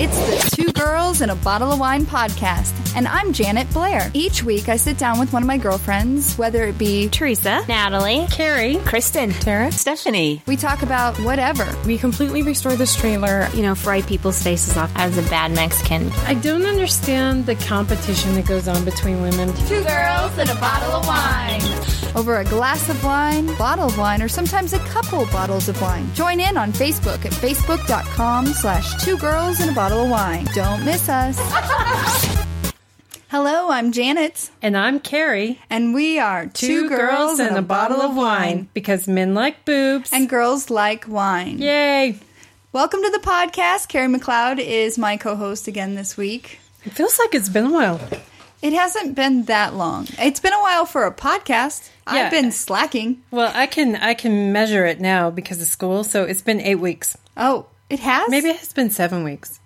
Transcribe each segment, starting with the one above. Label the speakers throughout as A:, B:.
A: It's the Two Girls and a Bottle of Wine podcast, and I'm Janet Blair. Each week, I sit down with one of my girlfriends, whether it be
B: Teresa, Natalie,
C: Carrie,
B: Kristen,
C: Tara.
B: Stephanie.
A: we talk about whatever.
C: We completely restored this trailer.
B: You know, fry people's faces off as a bad Mexican.
C: I don't understand the competition that goes on between women.
A: Two girls and a bottle of wine. Over a glass of wine, bottle of wine, or sometimes a couple bottles of wine. Join in on Facebook at facebook.com slash two girls and a bottle of wine. Don't miss us. Hello, I'm Janet,
C: And I'm Carrie.
A: and we are Two, Girls and a Bottle of Wine.
C: Because men like boobs.
A: And girls like wine.
C: yay.
A: Welcome to the podcast. Carrie McLeod is my co host again this week.
C: It feels like it's been a while.
A: It hasn't been that long. It's been a while for a podcast. I've
C: Yeah.
A: been slacking.
C: Well, I can I can measure it now because of school, so it's been eight weeks.
A: Oh, it has?
C: Maybe it has been seven weeks.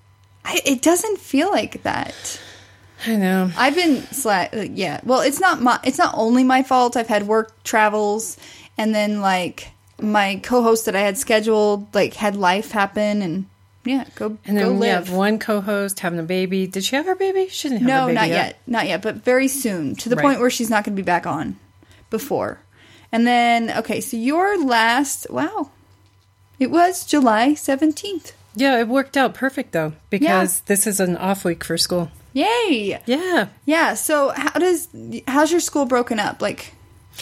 A: I, it doesn't feel like that.
C: I know.
A: I've been slack. Yeah. Well, it's not my. It's not only my fault. I've had work travels, and then like my co-host that I had scheduled like had life happen, and yeah, go
C: And
A: go
C: then we
A: live.
C: have one co-host having a baby. Did she have her baby? She didn't have
A: no,
C: her baby
A: not yet. Not yet, but very soon to the
C: Right.
A: point where she's not going to be back on before. And then okay, so your last wow, it was July seventeenth.
C: Yeah, it worked out perfect though because this is an off week for school.
A: Yay!
C: Yeah.
A: Yeah. So how does how's your school broken up? Like,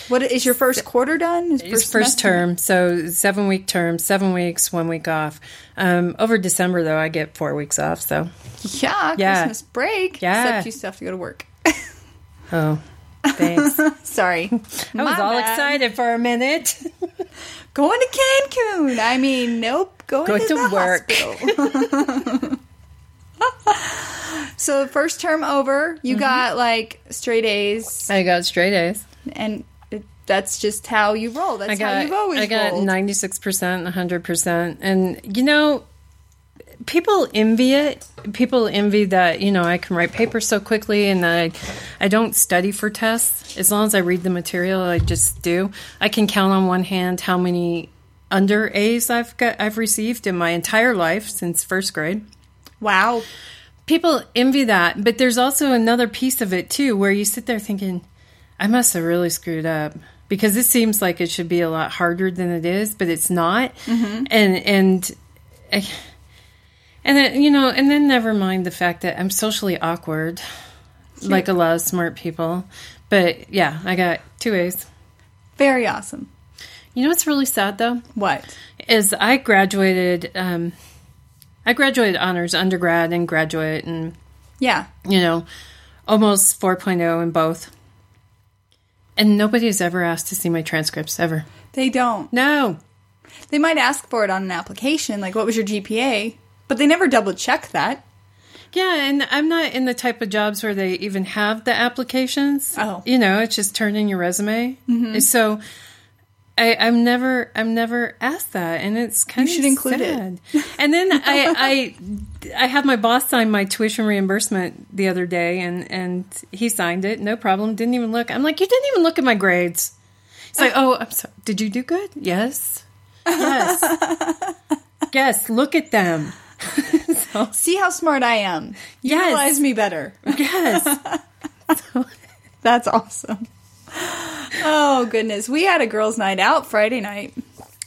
A: what is your first quarter done? Is
C: It's first,
A: semester-
C: term, so seven week term, seven weeks, one week off. Um, over December though, I get four weeks off. So
A: Yeah,
C: Yeah.
A: Christmas break.
C: Yeah.
A: Except you still have to go to work.
C: oh, thanks. I
A: Sorry, I
C: was all excited for a minute.
A: Going to Cancun. I mean, nope. Going
C: Go
A: to,
C: to
A: the
C: work.
A: hospital. so first term over. You
C: Mm-hmm.
A: got like straight A's,
C: I got straight A's.
A: and it, that's just how you roll. That's
C: I
A: how
C: got
A: you've always
C: I got
A: rolled.
C: ninety six percent, hundred percent, and you know, people envy it. People envy that you know I can write papers so quickly, and I I don't study for tests. As long as I read the material, I just do. I can count on one hand how many under A's I've got I've received in my entire life since first grade
A: wow.
C: people envy that, but there's also another piece of it too where you sit there thinking, I must have really screwed up because it seems like it should be a lot harder than it is, but it's not. And and I- and then you know, and then never mind the fact that I'm socially awkward, like a lot of smart people. But yeah, I got two A's.
A: Very awesome.
C: You know what's really sad though?
A: What?
C: is I graduated um I graduated honors undergrad and graduate and
A: Yeah.
C: you know, almost 4.0 in both. And nobody has ever asked to see my transcripts ever.
A: They don't.
C: No.
A: They might ask for it on an application, like what was your GPA? But they never double check that.
C: Yeah, and I'm not in the type of jobs where they even have the applications.
A: Oh. Mm-hmm.
C: You know, it's just turn in your resume. So I, I'm never I'm never asked that and it's kind
A: You
C: of
A: should include it.
C: sad. And then I, I I had my boss sign my tuition reimbursement the other day and, and he signed it, no problem, didn't even look. I'm like, You didn't even look at my grades. It's like, oh, I'm sorry. Did you do good? Yes. Yes. yes, look at them. So-
A: See how smart I am. You
C: Yes.
A: Utilize me better.
C: yes.
A: That's awesome. Oh goodness, we had a girls' night out Friday night.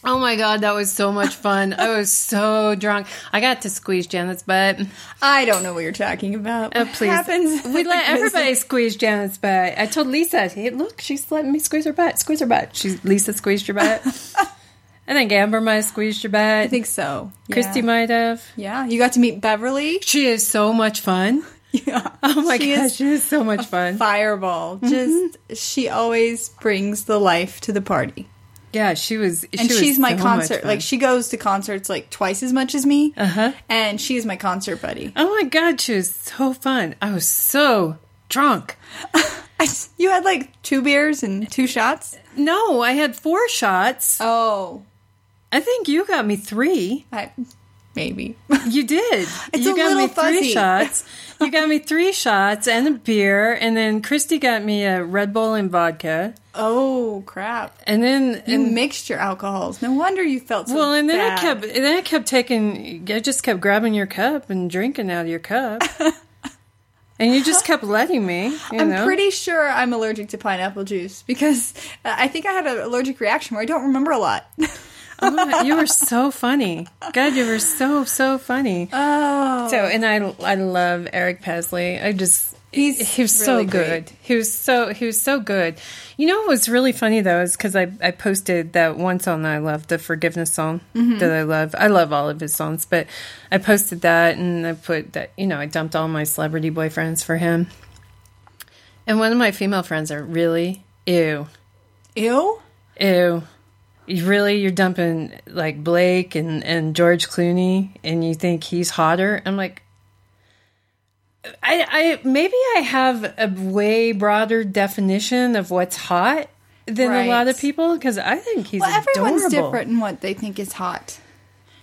C: Oh my god, that was so much fun. I was so drunk. I got to squeeze Janet's butt.
A: I don't know what you're talking about.
C: Oh,
A: What
C: please.
A: happens?
C: We let everybody squeeze Janet's butt. I told Lisa, hey, look, she's letting me squeeze her butt. Squeeze her butt. She's Lisa squeezed your butt. I think Amber might have squeezed your butt.
A: I think so. Yeah.
C: Christy might have.
A: Yeah, you got to meet Beverly.
C: She is so much fun.
A: Yeah.
C: Oh my
A: She is
C: gosh, Mm-hmm. she is so much fun.
A: Fireball. Just she always brings the life to the party.
C: Yeah, she was.
A: and
C: she was
A: she's my
C: so much
A: concert.
C: fun.
A: Like she goes to concerts like twice as much as me.
C: Uh-huh.
A: And she's my concert buddy.
C: oh my god, she was so fun. I was so drunk.
A: I s you had like two beers and two shots.
C: No, I had four shots.
A: Oh,
C: I think you got me three.
A: I maybe.
C: You did.
A: It's
C: you
A: a
C: got
A: little
C: me
A: fuzzy.
C: three shots. You got me three shots and a beer, and then Christy got me a Red Bull and vodka,
A: oh crap!
C: and then
A: You
C: and
A: mixed your alcohols. No wonder you felt so.
C: Mm. well, and then
A: bad.
C: I kept and then I kept taking. I just kept grabbing your cup and drinking out of your cup, and you just kept letting me. You
A: I'm
C: know?
A: pretty sure I'm allergic to pineapple juice because uh, I think I had an allergic reaction where I don't remember a lot.
C: Oh my- you were so funny. God, you were so so funny.
A: Oh,
C: So, and I I love Eric Pesley. I just
A: He's
C: he was
A: really
C: so
A: great.
C: good. He was so he was so good. You know what was really funny though is because I I posted that one song that I love, the forgiveness song
A: Mm-hmm.
C: that I love. I love all of his songs, but I posted that and I put that you know I dumped all my celebrity boyfriends for him. And one of my female friends are really ew
A: ew.
C: ew. You really, you're dumping like Blake and, and George Clooney, and you think he's hotter. I'm like, I, I maybe I have a way broader definition of what's hot than
A: Right.
C: a lot of people because I think he's
A: Well, everyone's
C: adorable.
A: different in what they think is hot.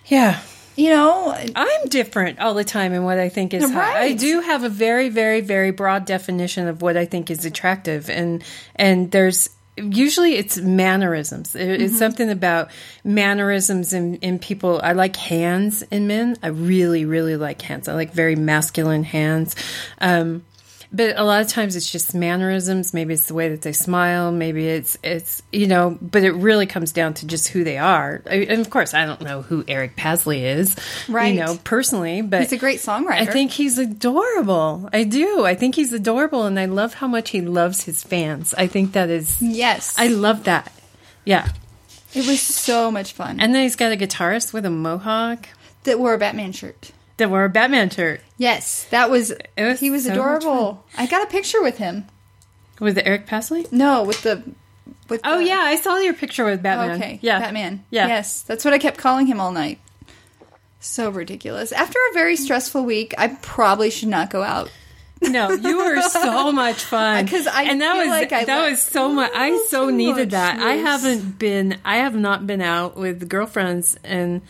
C: Yeah,
A: You know,
C: I'm different all the time in what I think is hot. I
A: Right.
C: do have a very, very, very broad definition of what I think is attractive, and and there's usually it's mannerisms. It,
A: Mm-hmm.
C: It's something about mannerisms in in people. I like hands in men. I really, really like hands. I like very masculine hands. Um, but a lot of times it's just mannerisms. Maybe it's the way that they smile. Maybe it's it's you know. But it really comes down to just who they are. I, and of course, I don't know who Eric Pasley is,
A: Right.
C: You know, personally, but
A: He's a great songwriter.
C: I think he's adorable. I do. I think he's adorable, and I love how much he loves his fans. I think that is.
A: yes,
C: I love that. Yeah,
A: it was so much fun.
C: and then he's got a guitarist with a mohawk
A: that wore a Batman shirt.
C: that wore a Batman shirt
A: Yes, that was,
C: It was
A: he was
C: so much
A: adorable. I got a picture with him.
C: with Eric Pasley.
A: No, with the with
C: Oh
A: the-
C: yeah, I saw your picture with Batman.
A: Oh, Okay.
C: yeah,
A: Batman.
C: Yeah,
A: Yes. That's what I kept calling him all night. So ridiculous. After a very stressful week, I probably should not go out.
C: No, you were so much fun
A: 'Cause I
C: and that
A: feel
C: was
A: like I
C: that
A: let
C: was so much. I
A: little
C: so
A: too much
C: needed that. I
A: loose.
C: haven't been. I have not been out with girlfriends in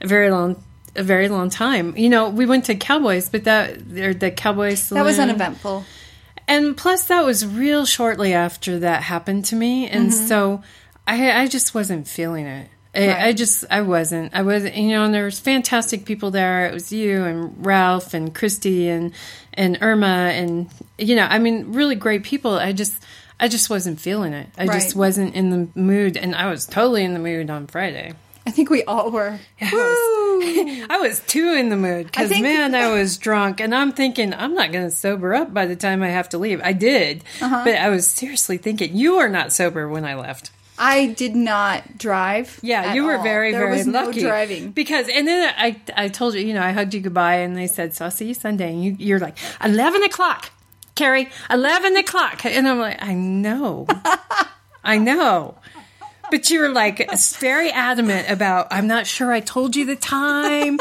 C: a very long, a very long time. You know, we went to Cowboys, but that or the Cowboys
A: That was
C: Saloon.
A: uneventful.
C: And plus, that was real shortly after that happened to me, and
A: Mm-hmm.
C: so I, I just wasn't feeling it. I, I
A: Right.
C: just I wasn't. I wasn't. You know, and there was fantastic people there. It was you and Ralph and Christy and and Irma and you know, I mean, really great people. I just I just wasn't feeling it. I
A: Right.
C: just wasn't in the mood, and I was totally in the mood on Friday.
A: I think we all were.
C: I was too in the mood
A: I
C: because
A: think-
C: man, I was drunk, and I'm thinking I'm not going to sober up by the time I have to leave. I did,
A: Uh-huh.
C: but I was seriously thinking you were not sober when I left.
A: I did not drive.
C: Yeah,
A: at
C: you were
A: all.
C: very,
A: there
C: very
A: was
C: lucky
A: No driving.
C: because, and then I, I told you, you know, I hugged you goodbye, and they said, "So I'll see you Sunday," and you, you're like, 11 o'clock, Carrie, eleven o'clock," and I'm like, "I know, I know." But you were like very adamant about, I'm not sure I told you the time,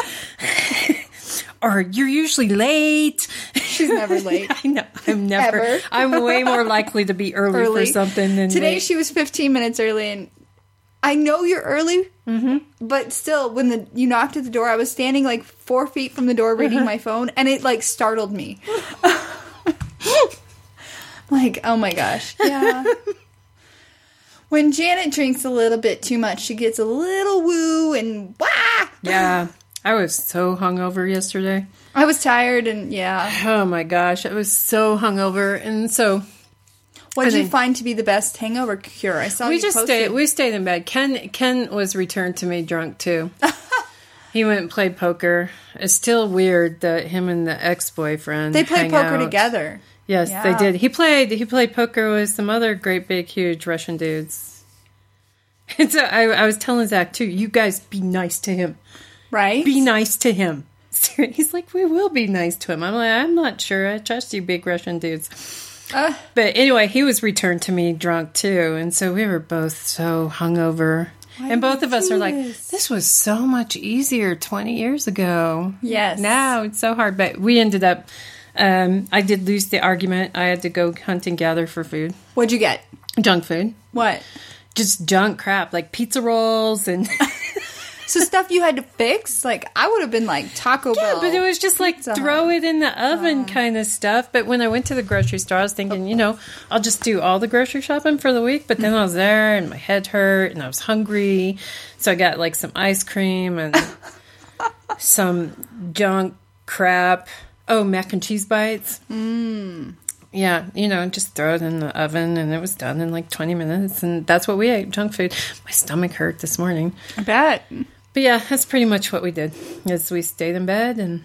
C: or you're usually late.
A: She's never late.
C: I know. I'm never.
A: Ever.
C: I'm way more likely to be early,
A: early
C: for something than
A: today.
C: late.
A: She was 15 minutes early, and I know you're early.
C: Mm-hmm.
A: But still, when the you knocked at the door, I was standing like four feet from the door
C: Uh-huh.
A: reading my phone, and it like startled me. like, oh my gosh, yeah. when Janet drinks a little bit too much, she gets a little woo and wah.
C: yeah, I was so hungover yesterday.
A: I was tired, and yeah.
C: Oh my gosh, I was so hungover, and so
A: What did
C: I
A: you
C: think-
A: find to be the best hangover cure? I saw
C: we
A: Oh, you
C: just
A: posted.
C: stayed. We stayed in bed. Ken Ken was returned to me drunk too. he went and played poker. It's still weird that him and the ex boyfriend
A: they played poker together.
C: Yes,
A: Yeah.
C: they did. He played. He played poker with some other great big huge Russian dudes. And so I, I was telling Zach too. You guys be nice to him.
A: Right?
C: be nice to him. He's like, we will be nice to him. I'm like, I'm not sure. I trust you, big Russian dudes.
A: Uh.
C: but anyway, he was returned to me drunk too, and so we were both so hungover. and
A: did
C: both
A: we
C: of us
A: do
C: are like,
A: this?
C: this was so much easier 20 years ago.
A: Yes.
C: Now it's so hard. But we ended up, um, I did lose the argument. I had to go hunt and gather for food,
A: What'd you get?
C: junk food,
A: What?
C: just junk crap like pizza rolls and
A: so stuff you had to fix. Like I would have been like Taco
C: Yeah,
A: Bell.
C: but it was just like
A: Pizza
C: throw
A: Hut.
C: it in the oven kind of stuff. But when I went to the grocery store, I was thinking, you know, I'll just do all the grocery shopping for the week. But then I was there and my head hurt and I was hungry. So I got like some ice cream and some junk crap. Oh, mac and cheese bites. Mm. Yeah, you know, just throw it in the oven and it was done in like 20 minutes. And that's what we ate junk food. My stomach hurt this morning.
A: I bet.
C: But yeah, that's pretty much what we did. Is we stayed in bed and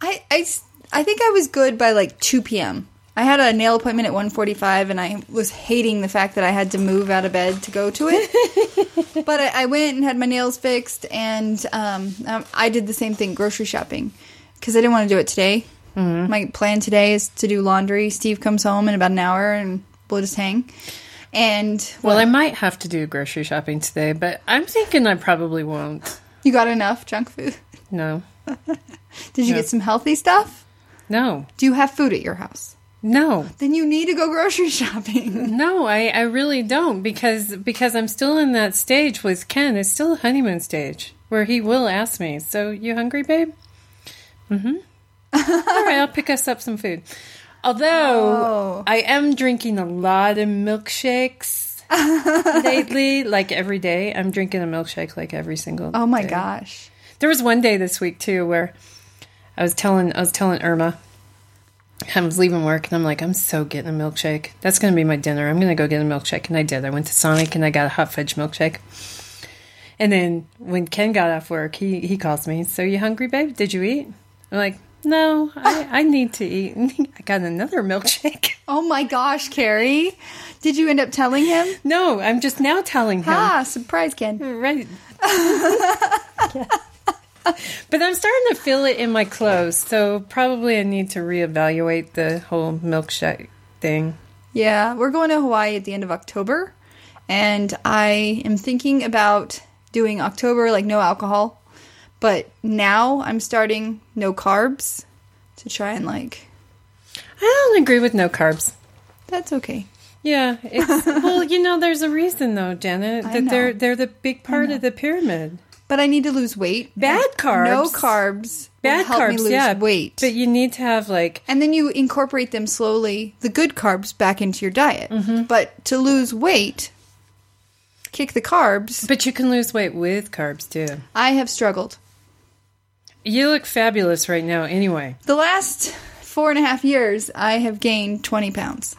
A: I, I s- I think I was good by like 2 p.m. I had a nail appointment at 1:45, and I was hating the fact that I had to move out of bed to go to it. but I, I went and had my nails fixed, and um, um, I did the same thing grocery shopping because I didn't want to do it today.
C: Mm-hmm.
A: My plan today is to do laundry. Steve comes home in about an hour, and we'll just hang. And
C: Well, I might have to do grocery shopping today, but I'm thinking I probably won't.
A: you got enough junk food?
C: No,
A: Did you
C: No.
A: get some healthy stuff?
C: no,
A: Do you have food at your house?
C: no,
A: Then you need to go grocery shopping.
C: no. I, I really don't because because I'm still in that stage with Ken. It's still a honeymoon stage where he will ask me, "So you hungry, babe?" Mm-hmm. All right, I'll pick us up some food. Although
A: Oh.
C: I am drinking a lot of milkshakes lately, like every day. I'm drinking a milkshake like every single.
A: Oh my
C: day.
A: gosh.
C: There was one day this week too where I was telling I was telling Irma I was leaving work and I'm like I'm so getting a milkshake. That's going to be my dinner. I'm going to go get a milkshake and I did. I went to Sonic and I got a hot fudge milkshake. And then when Ken got off work, he he calls me. So you hungry, babe? Did you eat? I'm like, no, I, I need to eat. And he- I got another milkshake.
A: Oh my gosh, Carrie. Did you end up telling him?
C: No, I'm just now telling him.
A: Ah, surprise, Ken.
C: Right. But I'm starting to feel it in my clothes, so probably I need to reevaluate the whole milkshake thing.
A: Yeah, we're going to Hawaii at the end of October, and I am thinking about doing October like no alcohol, but now I'm starting no carbs to try and like
C: I don't agree with no carbs.
A: that's okay.
C: Yeah, it's, well, you know, there's a reason though, Janet,
A: I
C: that they're
A: know.
C: they're the big part of the pyramid.
A: But I need to lose weight.
C: Bad carbs,
A: No carbs. will
C: bad
A: help
C: carbs.
A: me lose
C: yeah,
A: weight.
C: But you need to have like
A: and then you incorporate them slowly, the good carbs, back into your diet. But to lose weight, kick the carbs.
C: But you can lose weight with carbs too.
A: I have struggled.
C: You look fabulous right now, anyway.
A: The last four and a half years, I have gained 20 pounds.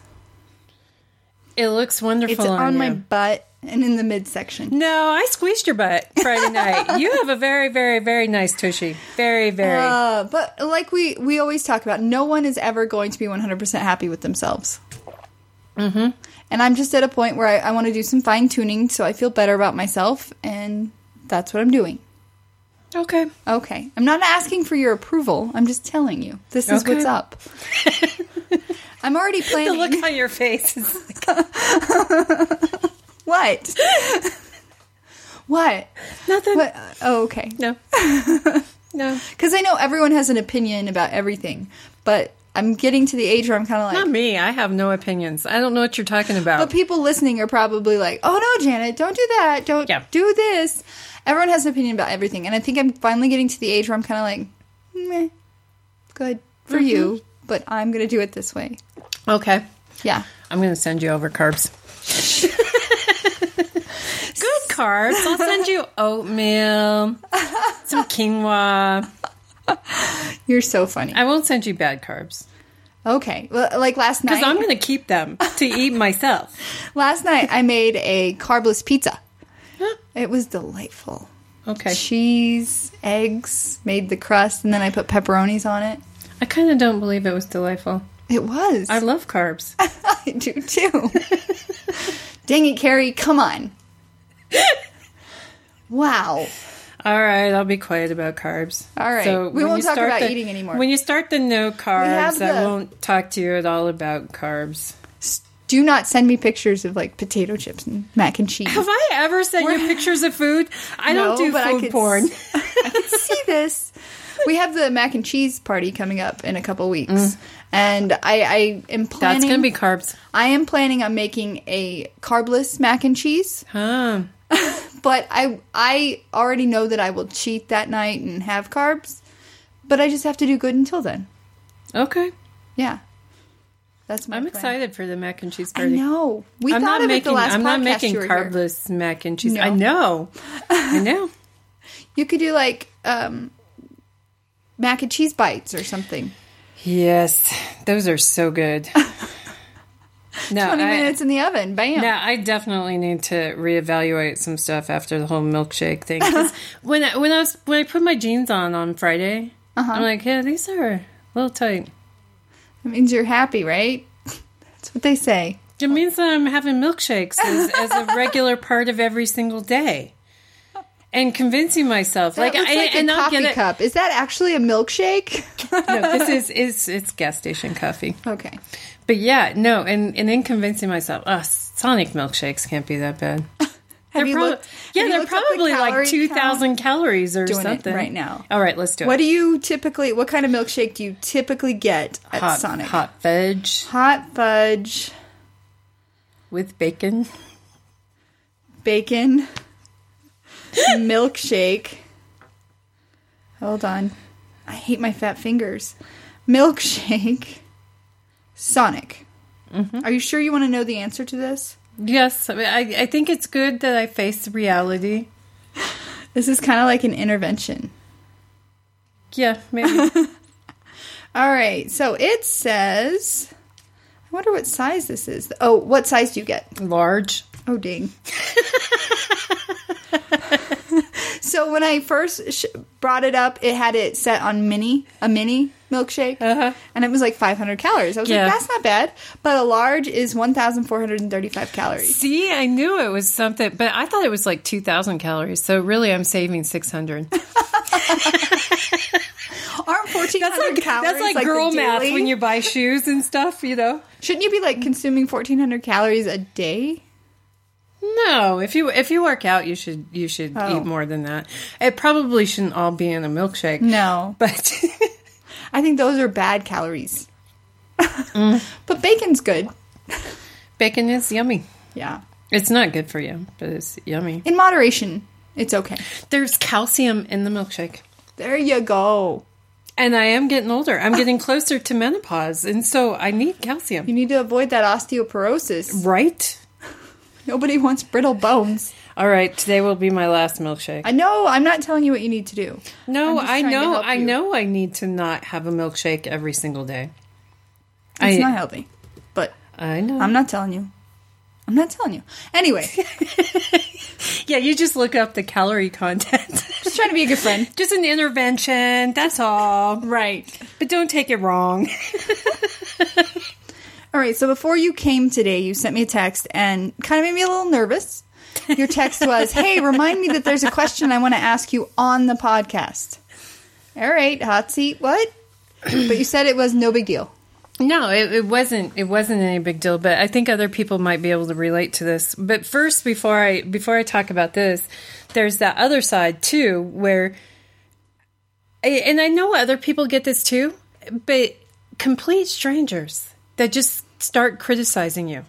C: It looks wonderful.
A: It's on my
C: you.
A: butt and in the midsection.
C: No, I squeezed your butt Friday night. you have a very, very, very nice tushy. Very, very.
A: Uh, but like we, we always talk about, no one is ever going to be 100% happy with themselves. Mm-hmm. And I'm just at a point where I, I want to do some fine tuning so I feel better about myself, and that's what I'm doing.
C: okay.
A: Okay. I'm not asking for your approval. I'm just telling you. This is
C: Okay.
A: what's up. I'm already
C: The
A: planning.
C: look on your face. is-
A: what? what?
C: Nothing.
A: What? Oh, okay.
C: No. no.
A: Because I know everyone has an opinion about everything, but I'm getting to the age where I'm kind of like.
C: Not me. I have no opinions. I don't know what you're talking
A: But
C: about.
A: people listening are probably like, "Oh no, Janet, don't do that. Don't
C: Yeah.
A: do this." Everyone has an opinion about everything, and I think I'm finally getting to the age where I'm kind of like, "Meh, good for
C: Mm-hmm.
A: you, but I'm gonna do it this way."
C: okay.
A: Yeah.
C: I'm going to send you over carbs. Good carbs. I'll send you oatmeal, some quinoa.
A: You're so funny.
C: I won't send you bad carbs
A: Okay. Well, like last night,
C: because I'm going to keep them to eat myself.
A: last night I made a carbless pizza. It was delightful.
C: Okay.
A: Cheese, eggs, made the crust, and then I put pepperonis on it.
C: I kind of don't believe it was delightful.
A: It was.
C: I
A: I,
C: love carbs.
A: do too. Dang it, Carrie! Come on. Wow.
C: All right, I'll be quiet about carbs.
A: All right. We
C: when
A: won't
C: you
A: talk
C: start
A: about
C: the-
A: eating anymore.
C: When you start the no carbs,
A: have
C: I
A: the-
C: won't talk to you at all about carbs.
A: S- Do not send me pictures of like potato chips and mac and cheese.
C: Have I ever sent you
A: We're-
C: pictures of food? I
A: No,
C: don't do
A: but I
C: food
A: could
C: porn.
A: s- I can see this. We have the mac and cheese party coming up in a couple weeks, and I, I am planning.
C: Mm. That's gonna be carbs.
A: I am planning on making a carbless mac and cheese,
C: Huh.
A: but I I already know that I will cheat that night and have carbs, but I just have to do good until then.
C: Okay.
A: Yeah, that's my.
C: I'm
A: plan.
C: excited for the mac and cheese
A: I
C: party.
A: know we
C: I'm
A: thought
C: not
A: of
C: making
A: it the last
C: I'm not
A: podcast
C: making
A: you were here.
C: carbless mac and cheese.
A: No.
C: I know. I know.
A: You could do like um, mac and cheese bites or something.
C: Yes. Those are so good. No,
A: Twenty
C: I,
A: minutes in the oven, bam.
C: Yeah, I definitely need to reevaluate some stuff after the whole milkshake thing.
A: Uh-huh.
C: 'Cause when I, when I was when I put my jeans on on Friday,
A: Uh-huh.
C: I'm like, yeah, these are a little tight.
A: It means you're happy, right? That's what they say.
C: It means that I'm having milkshakes as, as a regular part of every single day, and convincing myself
A: That
C: like
A: looks
C: I
A: like a
C: and I'll
A: coffee
C: get it.
A: cup. Is that actually a milkshake?
C: No, this is it's it's gas station coffee.
A: okay.
C: But yeah, no, and and then convincing myself, oh, Sonic milkshakes can't be that bad.
A: Have
C: They're
A: you
C: prob-
A: looked-
C: yeah,
A: have you
C: they're
A: looked up the
C: probably
A: calorie
C: like
A: count?
C: two thousand calories or
A: Doing it
C: something
A: right now.
C: All right, let's do
A: What
C: it.
A: do you typically? What kind of milkshake do you typically get at
C: hot,
A: Sonic?
C: hot veg
A: Hot fudge,
C: with bacon.
A: bacon, milkshake. Hold on, I hate my fat fingers. Milkshake, Sonic. Are you sure you want to know the answer to this?
C: Yes, I, mean, I I think it's good that I face reality.
A: This is kind of like an intervention.
C: Yeah, maybe.
A: All right, so it says. I wonder what size this is. Oh, what size do you get?
C: Large.
A: Oh, ding. so when I first sh- brought it up, it had it set on mini, a mini milkshake, and it was like 500 calories. I was
C: Uh-huh. Yeah.
A: like, that's not bad, but a large is 1,435 calories.
C: See, I knew it was something, but I thought it was like 2,000 calories. So really, I'm saving 600.
A: Aren't 1,400 calories
C: that's like, girl
A: the
C: math
A: daily-
C: when you buy shoes and stuff, you know?
A: shouldn't you be like consuming 1,400 calories a day?
C: No, if you if you work out, you should you should
A: Oh.
C: eat more than that. It probably shouldn't all be in a milkshake.
A: No,
C: But
A: I think those are bad calories.
C: Mm.
A: but bacon's good.
C: bacon is yummy.
A: Yeah,
C: It's not good for you, but it's yummy.
A: in moderation, it's okay.
C: There's calcium in the milkshake.
A: There you go.
C: And I am getting older.
A: Ah.
C: I'm getting closer to menopause, and so I need calcium.
A: You need to avoid that osteoporosis.
C: Right?
A: Nobody wants brittle bones.
C: All right, today will be my last milkshake.
A: I know I'm not telling you what you need to do. I'm
C: No,
A: just
C: I
A: trying to
C: know,
A: help
C: I
A: you.
C: know. I need to not have a milkshake every single day.
A: It's
C: I-
A: not healthy. But
C: I know.
A: I'm not telling you. I'm not telling you. Anyway,
C: yeah, you just look up the calorie content.
A: just trying to be a good friend.
C: just an intervention. That's all.
A: Right.
C: But don't take it wrong.
A: All right, so before you came today, you sent me a text and kind of made me a little nervous. Your text was, "Hey, remind me that there's a question I want to ask you on the podcast." All right, hot seat. What? But you said it was no big deal.
C: No, it, it wasn't. It wasn't any big deal. But I think other people might be able to relate to this. But first, before I before I talk about this, there's that other side too, where, I- and I know other people get this too, but complete strangers that just start criticizing you.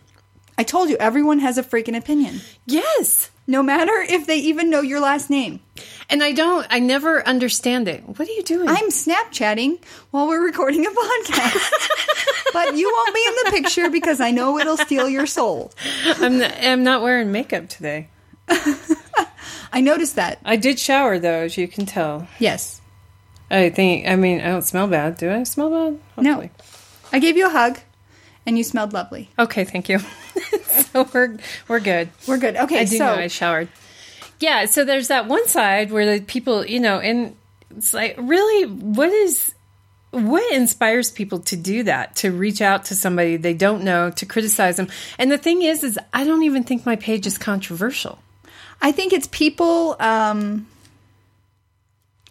A: I told you everyone has a freaking opinion.
C: Yes.
A: no matter if they even know your last name.
C: And I don't. I never understand it. What are you doing?
A: I'm Snapchatting while we're recording a podcast. but you won't be in the picture because I know it'll steal your soul.
C: I'm, I'm not wearing makeup today.
A: I noticed that.
C: I did shower though, as you can tell.
A: Yes.
C: I think. I mean, I don't smell bad. Do I smell bad?
A: No. I gave you a hug and you smelled lovely.
C: Okay. Thank you. so we're we're good.
A: We're good. Okay,
C: I do
A: so
C: know I showered. Yeah. So there's that one side where the people, you know, and it's like, really, what is what inspires people to do that to reach out to somebody they don't know to criticize them and the thing is is i don't even think my page is controversial
A: I think it's people um,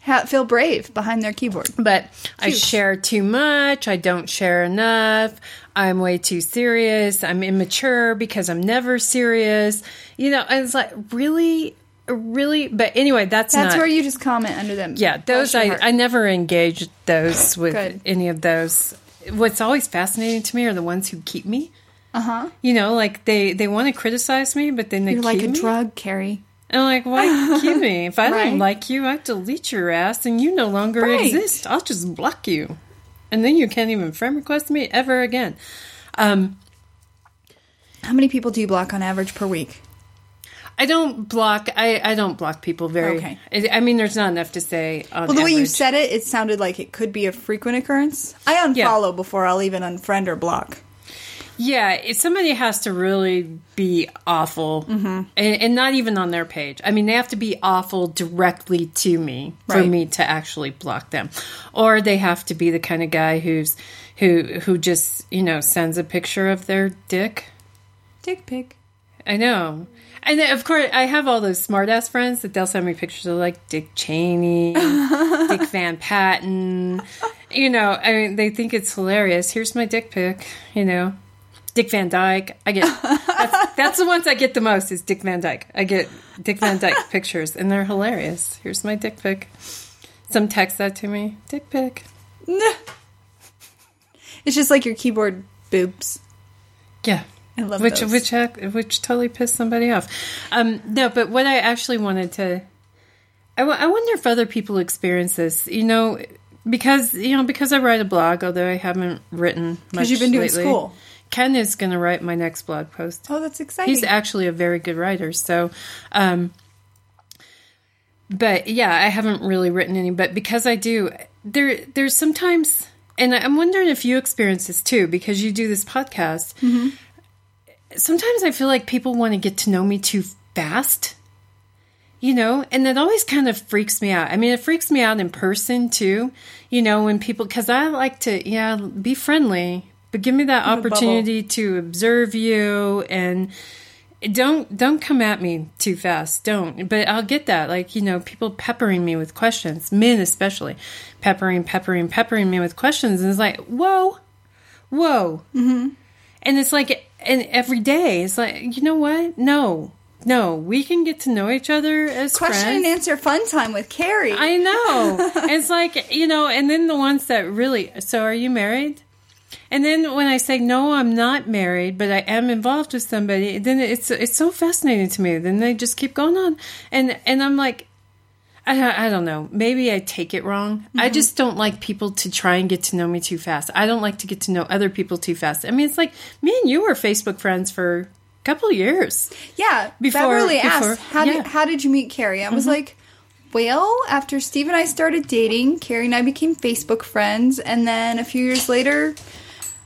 A: ha- feel brave behind their keyboard.
C: But I share too much. I don't share enough. I'm way too serious. I'm immature because I'm never serious. You know, and it's like really, really. But anyway, that's
A: That's
C: not-
A: where you just comment under them.
C: yeah, those
A: Bless
C: I,
A: your heart.
C: I never engage those with
A: Good.
C: any of those. What's always fascinating to me are the ones who keep me. Uh huh. You know, like they they want to criticize me, but then they
A: Uh-huh. You're
C: keep
A: like a
C: me.
A: drug, Carrie.
C: And I'm like, why kid me? If I
A: Right.
C: don't like you, I delete your ass and you no longer
A: Right.
C: exist. I'll just block you. And then you can't even friend request me ever again. Um,
A: How many people do you block on average per week?
C: I don't block. I, I don't block people very.
A: Okay.
C: I, I mean, there's not enough to say. On
A: Well, the way you
C: average.
A: said it, it sounded like it could be a frequent occurrence. I unfollow before I'll even unfriend or block.
C: Yeah, it, somebody has to really be awful, and, and not even on their page. I mean, they have to be awful directly to me for
A: Right.
C: me to actually block them, or they have to be the kind of guy who's who who just you know sends a picture of their dick.
A: Dick pic.
C: I know. And then, of course, I have all those smart ass friends that they'll send me pictures of like Dick Cheney, Dick Van Patten. You know, I mean, they think it's hilarious. Here's my dick pic, you know. Dick Van Dyke. I get that's, that's the ones I get the most is Dick Van Dyke. I get Dick Van Dyke pictures and they're hilarious. Here's my dick pic. Some text that to me. Dick pic.
A: It's just like your keyboard boobs.
C: Yeah.
A: I love
C: which
A: those.
C: which ac- which totally pissed somebody off. Um, no, but what I actually wanted to, I, w- I wonder if other people experience this. You know, because you know because I write a blog, although I haven't written much
A: you've been doing
C: lately.
A: school.
C: Ken is going to write my next blog post.
A: Oh, that's exciting.
C: He's actually a very good writer. So, um, but yeah, I haven't really written any. But because I do, there there's sometimes, and I'm wondering if you experience this too, because you do this podcast. Sometimes I feel like people want to get to know me too fast. You know, and that always kind of freaks me out. I mean, it freaks me out in person too. You know, when people, because I like to, yeah, be friendly, but give me that
A: the bubble.
C: opportunity to observe you and don't don't come at me too fast don't but i'll get that like you know people peppering me with questions men especially peppering peppering peppering me with questions and it's like whoa whoa mm-hmm. and it's like and every day it's like you know what no no we can get to know each other as
A: Question
C: friends
A: and answer fun time with Carrie.
C: I know. it's like, you know, and then the ones that really, so are you married? And then when I say no, I'm not married, but I am involved with somebody, then it's it's so fascinating to me. Then they just keep going on, and and I'm like, I don't- I don't know. Maybe I take it wrong. I just don't like people to try and get to know me too fast. I don't like to get to know other people too fast. I mean, it's like me and you were Facebook friends for a couple of years.
A: yeah.
C: Before-
A: Beverly
C: before-
A: asked, how,
C: yeah. Mm-hmm.
A: did, how did you meet Carrie? I was like, well, after Steve and I started dating, Carrie and I became Facebook friends. And then a few years later,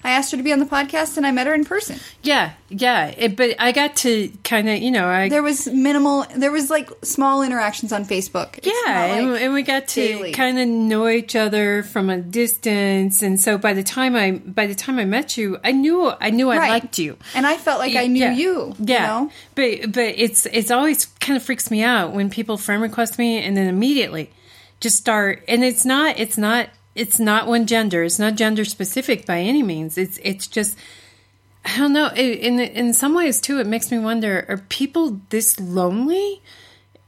A: I asked her to be on the podcast and I met her in person.
C: Yeah, yeah. It, but I got to kind of, you know, I
A: There was minimal, there was like small interactions on Facebook. It's
C: Yeah,
A: not
C: and,
A: like
C: and we got to
A: daily.
C: kind of know each other from a distance, and so by the time I by the time I met you, I knew I knew I
A: Right.
C: liked you.
A: And I felt like I knew
C: Yeah.
A: you.
C: Yeah,
A: You know?
C: but but it's it's always kind of freaks me out when people friend request me and then immediately just start, and it's not it's not it's not one gender, it's not gender specific by any means. It's it's just. I don't know. It, in in some ways too, it makes me wonder: Are people this lonely?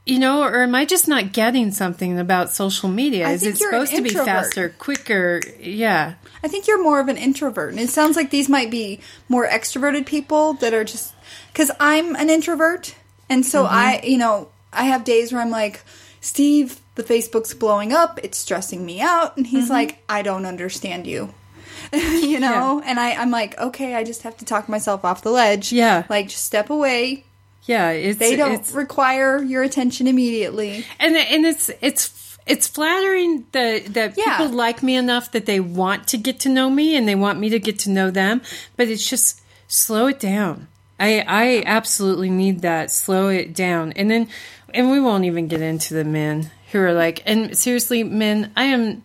C: you know, or am I just not getting something about social media?
A: I
C: Is
A: think
C: it
A: you're an
C: supposed to be
A: introvert.
C: faster, quicker? Yeah.
A: I think you're more of an introvert. And it sounds like these might be more extroverted people that are just because I'm an introvert. And so
C: Mm-hmm.
A: I, you know, I have days where I'm like, Steve, the Facebook's blowing up. It's stressing me out. And he's
C: Mm-hmm.
A: like, I don't understand you. you know? And I, I'm like, okay, I just have to talk myself off the ledge.
C: Yeah.
A: Like, just step away.
C: Yeah, it's
A: They don't
C: it's,
A: require your attention immediately.
C: and and it's it's it's flattering that that
A: Yeah.
C: people like me enough that they want to get to know me and they want me to get to know them, but it's just slow it down. I I absolutely need that. Slow it down. And then and we won't even get into the men who are like and seriously, men, I am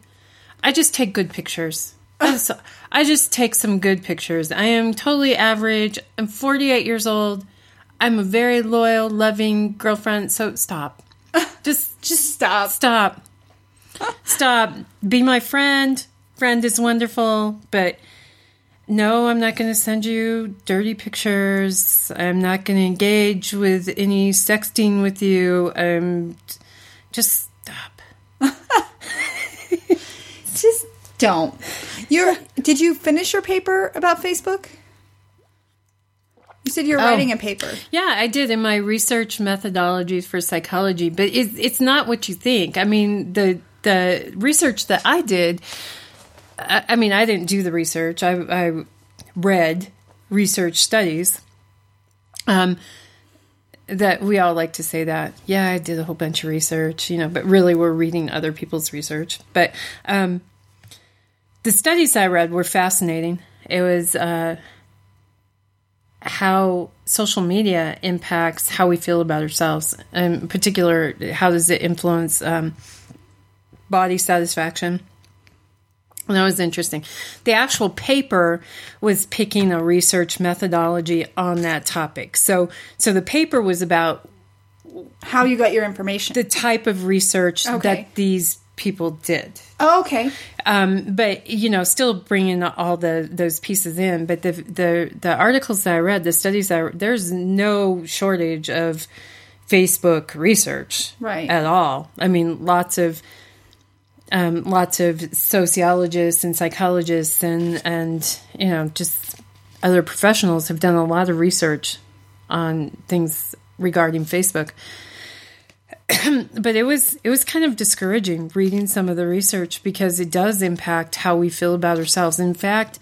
C: I just take good pictures. I'm so- I just take some good pictures. I am totally average. I'm 48 years old. I'm a very loyal, loving girlfriend. So stop. Just
A: Just stop.
C: stop. Stop. Be my friend. Friend is wonderful, but no, I'm not going to send you dirty pictures. I'm not going to engage with any sexting with you. Um, just stop.
A: Just don't. You're. Did you finish your paper about Facebook? You
D: said
C: Oh.
D: you're writing a paper.
C: Yeah, I did in my research methodologies for psychology, but it, it's not what you think. I mean, the the research that I did, I, I mean, I didn't do the research. I, I read research studies. Um, that we all like to say that. Yeah, I did a whole bunch of research, you know, but really we're reading other people's research. But um, the studies I read were fascinating. It was uh, how social media impacts how we feel about ourselves, in particular, how does it influence um, body satisfaction? And that was interesting. The actual paper was picking a research methodology on that topic. So, so the paper was about
D: How you got your information.
C: the type of research
D: Okay.
C: that these people did.
D: oh, okay.
C: Um, but you know, still bringing all the those pieces in. But the the the articles that I read, the studies that I, there's no shortage of Facebook research,
D: Right.
C: At all. I mean, lots of um, lots of sociologists and psychologists and and you know just other professionals have done a lot of research on things regarding Facebook. but it was it was kind of discouraging reading some of the research because it does impact how we feel about ourselves. In fact,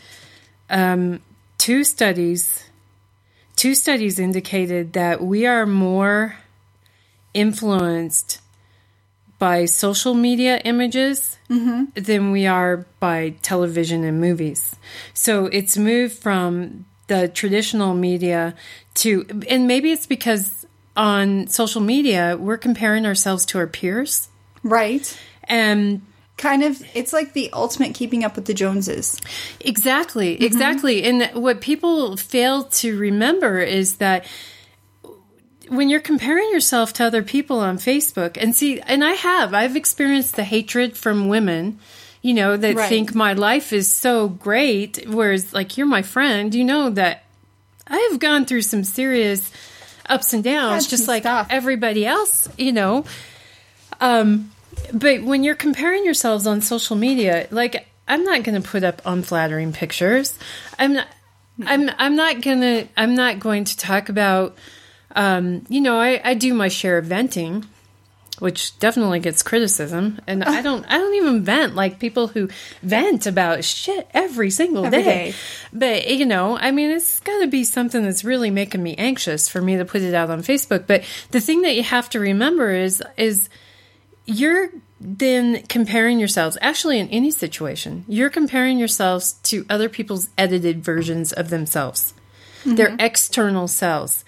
C: um, two studies two studies indicated that we are more influenced by social media images Mm-hmm. than we are by television and movies. So it's moved from the traditional media to, and maybe it's because on social media we're comparing ourselves to our peers,
D: Right.
C: and
D: Kind of, it's like the ultimate keeping up with the Joneses.
C: Exactly, exactly. And what people fail to remember is that when you're comparing yourself to other people on Facebook, and see, and I have, I've experienced the hatred from women, you know, that
D: Right.
C: think my life is so great, whereas, like, you're my friend, you know, that I have gone through some serious ups and downs,
D: Had
C: just
D: some
C: like
D: stuff.
C: everybody else, you know. Um, but when you're comparing yourselves on social media, like I'm not going to put up unflattering pictures. I'm not. I'm I'm not gonna I'm not going to talk about um, you know I, I do my share of venting, which definitely gets criticism, and I don't I don't even vent like people who vent about shit every single
D: Every
C: day.
D: day.
C: But you know, I mean, it's got to be something that's really making me anxious for me to put it out on Facebook. But the thing that you have to remember is is you're then comparing yourselves actually in any situation you're comparing yourselves to other people's edited versions of themselves their
D: Mm-hmm.
C: external selves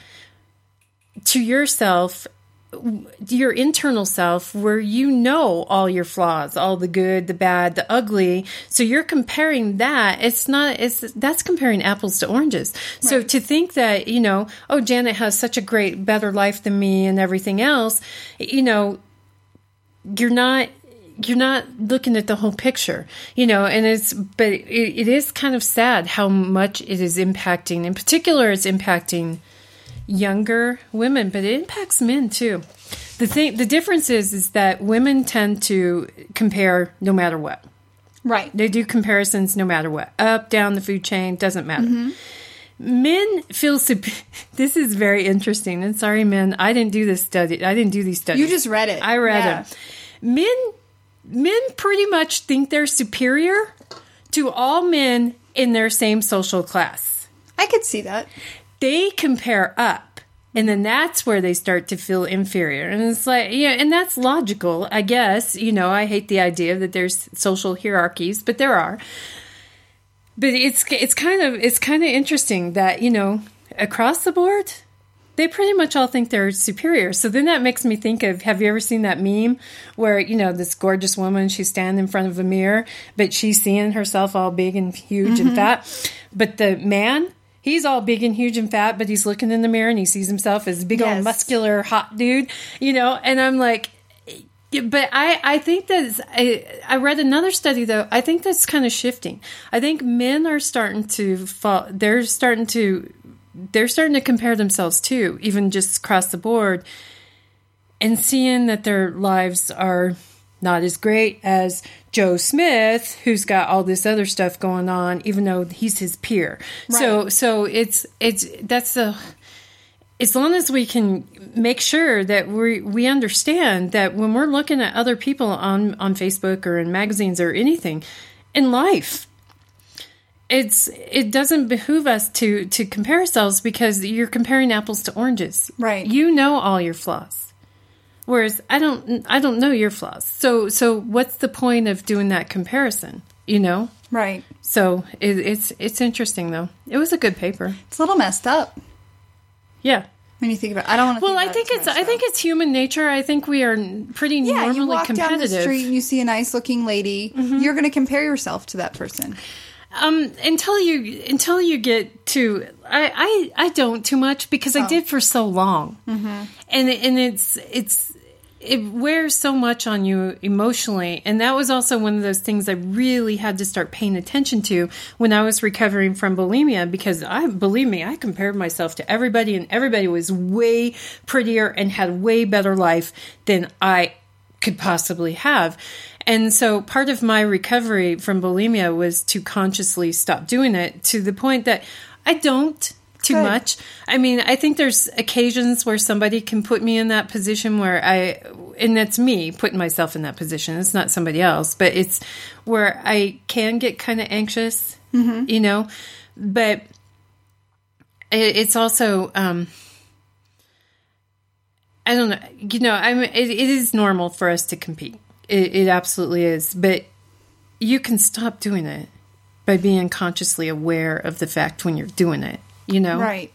C: to yourself w- your internal self where you know all your flaws all the good the bad the ugly so you're comparing that it's not it's that's comparing apples to oranges so to think that you know oh janet has such a great better life than me and everything else you know you're not you're not looking at the whole picture you know and it's but it, it is kind of sad how much it is impacting in particular it's impacting younger women but it impacts men too the thing the difference is is that women tend to compare no matter what
D: Right.
C: they do comparisons no matter what up down the food chain doesn't matter men feel sup- this is very interesting and sorry men i didn't do this study i didn't do these studies
D: You just read it.
C: I read
D: Yeah.
C: it. Men men pretty much think they're superior to all men in their same social class.
D: I could see that.
C: They compare up. And then that's where they start to feel inferior. And it's like, yeah, and that's logical, I guess. You know, I hate the idea that there's social hierarchies, but there are. But it's it's kind of it's kind of interesting that, you know, across the board, they pretty much all think they're superior. So then that makes me think of have you ever seen that meme where, you know, this gorgeous woman, she's standing in front of a mirror, but she's seeing herself all big and huge and fat. But the man, he's all big and huge and fat, but he's looking in the mirror and he sees himself as a big
D: Yes.
C: old muscular hot dude, you know, and I'm like yeah, but I, I think that's I, I read another study though i think that's kind of shifting i think men are starting to fall they're starting to they're starting to compare themselves too even just across the board and seeing that their lives are not as great as Joe Smith, who's got all this other stuff going on, even though he's his peer. So so it's it's that's the as long as we can make sure that we we understand that when we're looking at other people on on Facebook or in magazines or anything in life it's it doesn't behoove us to to compare ourselves because you're comparing apples to oranges
D: Right.
C: you know all your flaws whereas i don't i don't know your flaws so so what's the point of doing that comparison you know
D: Right.
C: so it, it's it's interesting though it was a good paper
D: It's a little messed up
C: yeah
D: when you think about it. I don't want to
C: Well, I think it's I think it's human nature. I think we are n- pretty
D: yeah,
C: normally
D: you walk down the
C: competitive. Mm-hmm.
D: street and you see a nice looking lady, you're going to compare yourself to that person.
C: Um, until you until you get to I I, I don't too much because
D: Oh.
C: I did for so long, mm-hmm. and and it's it's it wears so much on you emotionally, and that was also one of those things I really had to start paying attention to when I was recovering from bulimia because I believe me I compared myself to everybody, and everybody was way prettier and had way better life than I could possibly have. And so part of my recovery from bulimia was to consciously stop doing it to the point that I don't too
D: Good.
C: much. I mean, I think there's occasions where somebody can put me in that position where I and that's me putting myself in that position. It's not somebody else, but it's where I can get kind of anxious, you know. But it, it's also um I don't know. You know, I'm. It, it is normal for us to compete. It, it absolutely is. But you can stop doing it by being consciously aware of the fact when you're doing it. You know,
D: Right.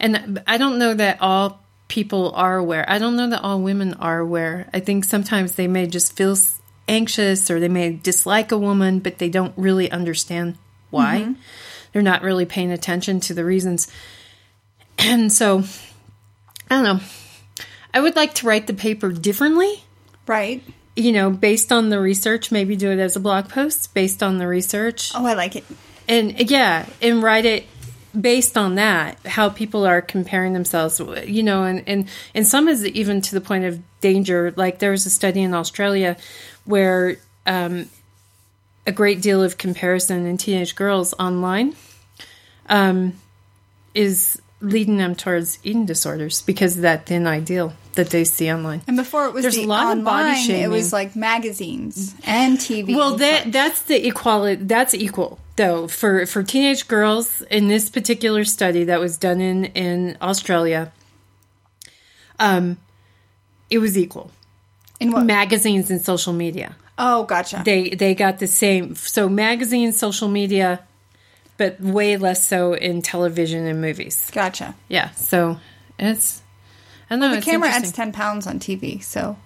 C: And I don't know that all people are aware. I don't know that all women are aware. I think sometimes they may just feel s- anxious or they may dislike a woman, but they don't really understand why. They're not really paying attention to the reasons. And so, I don't know. I would like to write the paper differently,
D: Right.
C: you know, based on the research, maybe do it as a blog post based on the research.
D: Oh, I like it.
C: And yeah, and write it based on that, how people are comparing themselves, you know, and, and, and some is even to the point of danger. Like there was a study in Australia where um, a great deal of comparison in teenage girls online um, is leading them towards eating disorders because of that thin ideal that they see online.
D: And before it was
C: There's
D: the
C: a lot
D: online,
C: of body
D: it was
C: shaming.
D: like magazines and TV.
C: Well, that that's the equality. That's equal though for for teenage girls in this particular study that was done in in Australia. Um, it was equal.
D: in what?
C: Magazines and social media.
D: oh, gotcha.
C: They they got the same. So magazines, social media, but way less so in television and movies.
D: gotcha.
C: Yeah. So it's. I don't know.
D: The
C: it's
D: camera adds
C: interesting.
D: ten pounds on TV, so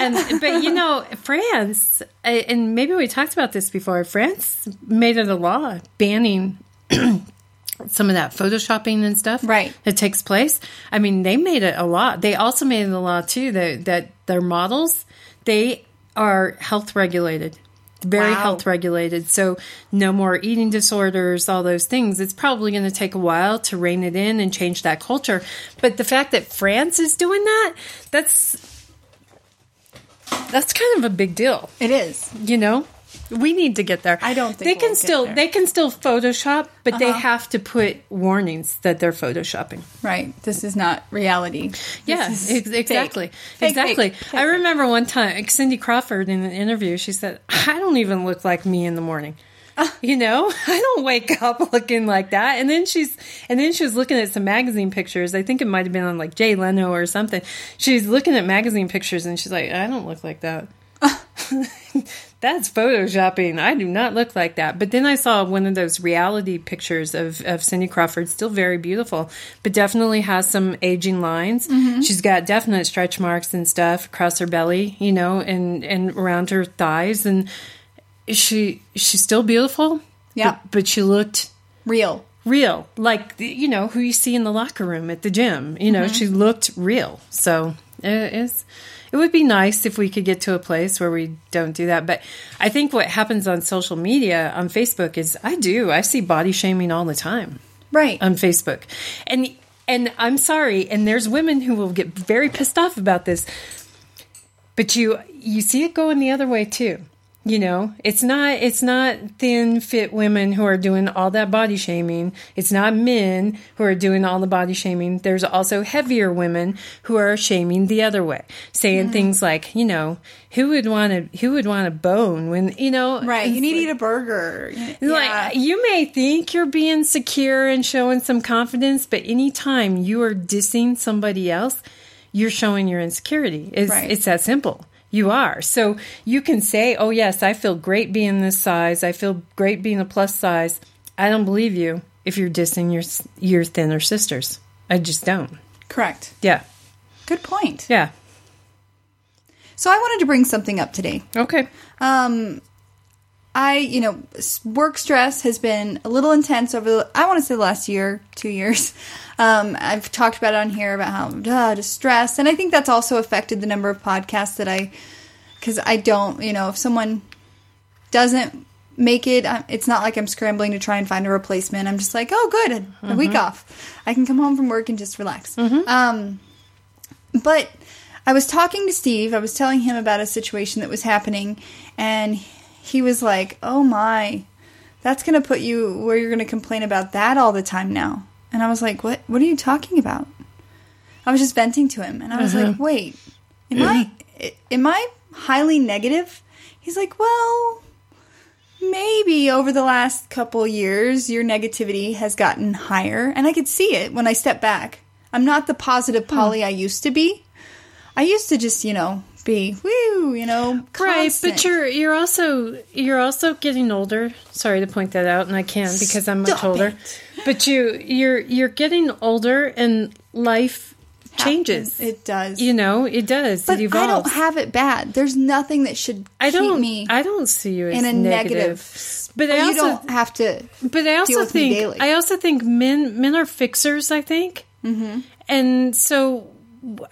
C: and but you know France uh, and maybe we talked about this before France made it a law banning some of that photoshopping and stuff
D: Right.
C: that takes place I mean they made it a law they also made it a law too that that their models they are health regulated very
D: Wow.
C: health regulated so no more eating disorders all those things it's probably going to take a while to rein it in and change that culture but the fact that france is doing that that's that's kind of a big deal,
D: it is.
C: you know. We need to get there.
D: I don't think
C: they can
D: we'll get
C: still
D: there. Uh-huh.
C: they can still Photoshop, but they have to put warnings that they're photoshopping.
D: Right. This is not reality.
C: Yeah,
D: This
C: ex-
D: is
C: exactly,
D: fake. Fake,
C: exactly.
D: fake,
C: I
D: fake.
C: remember one time like, Cindy Crawford in an interview. She said, "I don't even look like me in the morning."
D: Uh.
C: You know, I don't wake up looking like that. And then she's, and then she was looking at some magazine pictures. I think it might have been on like Jay Leno or something. She's looking at magazine pictures and she's like, I don't look like that. That's photoshopping. I do not look like that. But then I saw one of those reality pictures of, of Cindy Crawford, still very beautiful, but definitely has some aging lines. She's got definite stretch marks and stuff across her belly, you know, and, and around her thighs. And she she's still beautiful.
D: Yeah.
C: But, but she looked
D: real.
C: real, like, the- you know, who you see in the locker room at the gym. You know, she looked real. So it is. It would be nice if we could get to a place where we don't do that. But I think what happens on social media, on Facebook, is I do. I see body shaming all the time
D: Right.
C: on Facebook. And and I'm sorry, and there's women who will get very pissed off about this. but you you see it going the other way too you know it's not it's not thin fit women who are doing all that body shaming it's not men who are doing all the body shaming there's also heavier women who are shaming the other way
E: Mm-hmm.
C: saying things like you know who would want to who would want a bone when you know
E: Right. You need to eat a burger. You- yeah.
C: like you may think you're being secure and showing some confidence, but anytime you are dissing somebody else, you're showing your insecurity. It's,
E: Right.
C: it's that simple. You are. So you can say, oh, yes, I feel great being this size. I feel great being a plus size. I don't believe you if you're dissing your, s- your thinner sisters. I just don't.
E: Correct.
C: Yeah.
E: Good point.
C: Yeah.
A: So I wanted to bring something up today.
C: Okay.
A: I, you know, s- work stress has been a little intense over the, I want to say the last year, two years. Um, I've talked about it on here about how duh, just stress. And I think that's also affected the number of podcasts that I, because I don't, you know, if someone doesn't make it, I- it's not like I'm scrambling to try and find a replacement. I'm just like, oh, good, a a week off. I can come home from work and just relax. Um, but I was talking to Steve. I was telling him about a situation that was happening, and he was like, "Oh my, that's going to put you where you're going to complain about that all the time now." And I was like, "What? What are you talking about?" I was just venting to him, and I was
C: Uh-huh.
A: like, "Wait, am I am I highly negative?" He's like, "Well." Maybe over the last couple years, your negativity has gotten higher, and I could see it when I step back. I'm not the positive Polly I used to be. I used to just, you know, be woo, you know,
C: Right, but
A: constant.
C: you're you're also you're also getting older. Sorry to point that out, and I can because I'm much
A: Stop
C: older.
A: it.
C: But you you're you're getting older, and life changes.
A: It does.
C: you know it does.
A: but
C: it
A: I
C: evolves.
A: don't have it bad. There's nothing that should
C: I don't.
A: keep me
C: I don't see you as
A: in a negative.
C: negative. But I
A: you
C: also
A: don't have to.
C: but I also
A: with me
C: think
A: daily.
C: I also think men men are fixers. I think, mm-hmm. and so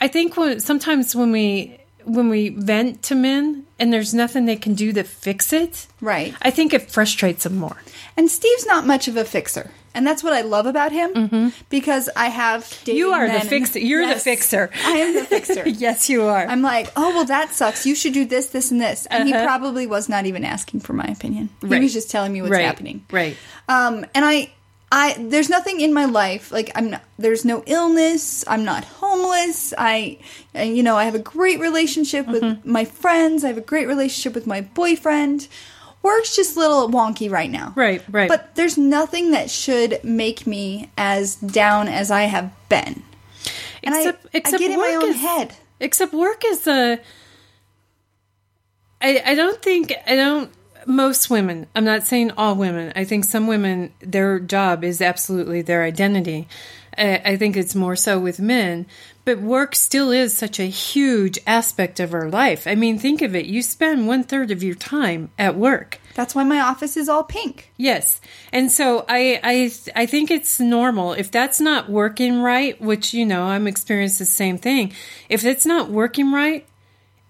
C: I think when, sometimes when we when we vent to men and there's nothing they can do to fix it,
A: Right.
C: I think it frustrates them more.
A: And Steve's not much of a fixer. And that's what I love about him because I have dated
C: Mm-hmm. You are
A: men-
C: the fixer. You're
A: Yes.
C: the fixer.
A: I am the fixer.
C: yes, you are.
A: I'm like, oh well, that sucks. You should do this, this, and this. And he probably was not even asking for my opinion.
C: Uh-huh. Right.
A: He was just telling me what's
C: Right.
A: happening.
C: Right.
A: Um, and I, I, there's nothing in my life like I'm. Not, there's no illness. I'm not homeless. I, uh, you know, I have a great relationship with
C: Mm-hmm.
A: my friends. I have a great relationship with my boyfriend. Work's just a little wonky right now.
C: Right, right.
A: But there's nothing that should make me as down as I have been. And
C: Except-
A: I,
C: except
A: I get in my
C: work
A: own
C: is-
A: head.
C: Except work is a. I I don't think I don't most women. I'm not saying all women. I think some women their job is absolutely their identity. I, I think it's more so with men. But work still is such a huge aspect of our life. I mean, think of it. You spend one third of your time at work.
A: That's why my office is all pink.
C: Yes. And so I I I think it's normal if that's not working right, which you know, I'm experiencing the same thing. If it's not working right,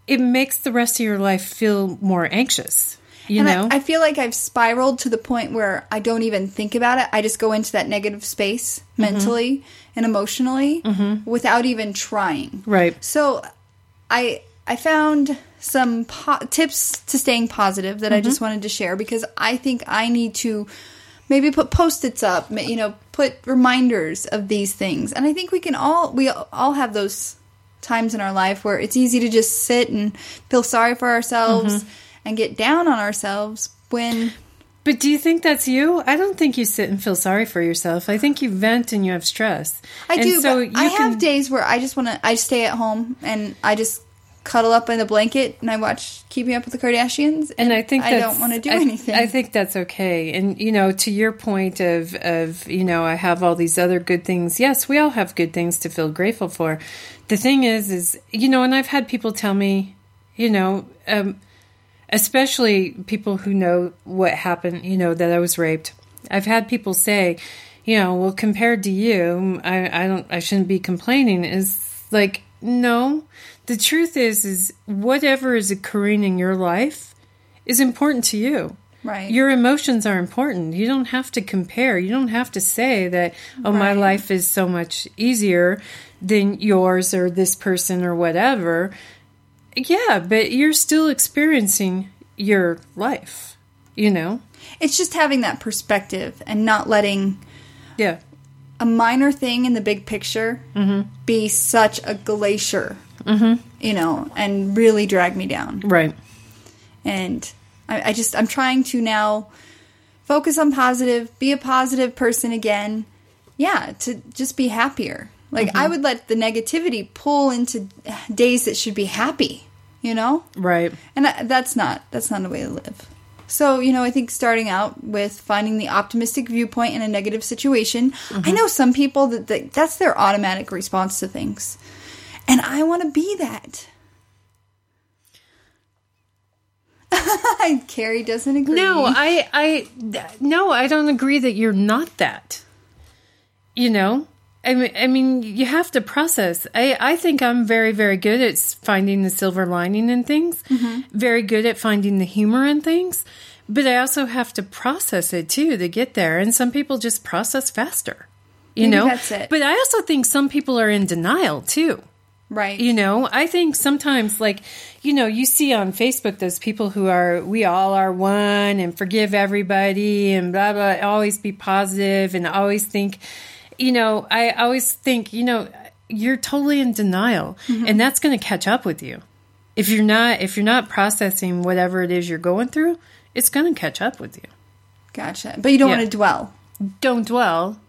C: it makes the rest of your life feel more anxious, you
A: and I-
C: know.
A: I, feel like I've spiraled to the point where I don't even think about it. I just go into that negative space
C: Mm-hmm.
A: mentally and emotionally without even trying.
C: right.
A: So I I found some po- tips to staying positive that I just wanted to share because I think I need to maybe put post-its up, ma- you know, put reminders of these things. And I think we can all we all have those times in our life where it's easy to just sit and feel sorry for ourselves and get down on ourselves when
C: But do you think that's you? I don't think you sit and feel sorry for yourself. I think you vent and you have stress.
A: I
C: and
A: do. but I
C: can-
A: have days where I just want to. I stay at home and I just cuddle up in the blanket and I watch Keeping Up with the Kardashians.
C: and I think
A: I
C: that's,
A: don't want to do
C: I-
A: anything.
C: I think that's okay. And you know, to your point of of you know, I have all these other good things. Yes, we all have good things to feel grateful for. The thing is, is you know, and I've had people tell me, you know, um, especially people who know what happened. You know that I was raped. I've had people say, you know, well, compared to you, I, I don't, I shouldn't be complaining. Is like, no. The truth is, is whatever is occurring in your life is important to you.
A: Right.
C: Your emotions are important. You don't have to compare. You don't have to say that, oh, my life is so much easier than yours or this person or whatever. yeah, but you're still experiencing your life, you know?
A: It's just having that perspective and not letting
C: Yeah.
A: a minor thing in the big picture
C: Mm-hmm.
A: be such a glacier, you know, and really drag me down.
C: Right.
A: And I, I just, I'm trying to now focus on positive, be a positive person again. Yeah, to just be happier. Like, I would let the negativity pull into days that should be happy, you know?
C: Right.
A: and I, that's not that's not a way to live so you know i think starting out with finding the optimistic viewpoint in a negative situation
C: Mm-hmm.
A: i know some people that, that that's their automatic response to things and i want to be that carrie doesn't agree
C: No, I I th- no, I don't agree that you're not that. You know? I mean, I mean, you have to process. I, I think I'm very, very good at s- finding the silver lining in things,
A: Mm-hmm.
C: very good at finding the humor in things, but I also have to process it too to get there. And some people just process faster, you
A: Maybe
C: know?
A: that's it.
C: But I also think some people are in denial too.
A: right
C: You know, I think sometimes, like, you know, you see on Facebook those people who are, we all are one and forgive everybody and blah, blah, always be positive and always think, you know, I always think, you know, you're totally in denial and that's going to catch up with you. If you're not, if you're not processing whatever it is you're going through, it's going to catch up with you.
A: gotcha but you don't
C: Yeah.
A: want to dwell
C: Don't dwell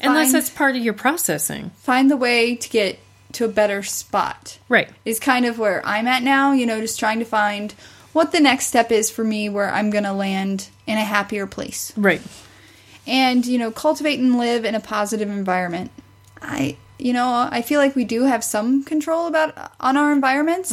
C: unless
A: Find-
C: that's part of your processing.
A: find the way to get to a better spot
C: Right.
A: is kind of where I'm at now, you know, just trying to find what the next step is for me where I'm going to land in a happier place.
C: Right.
A: And, you know, cultivate and live in a positive environment. I, you know, I feel like we do have some control about on our environments.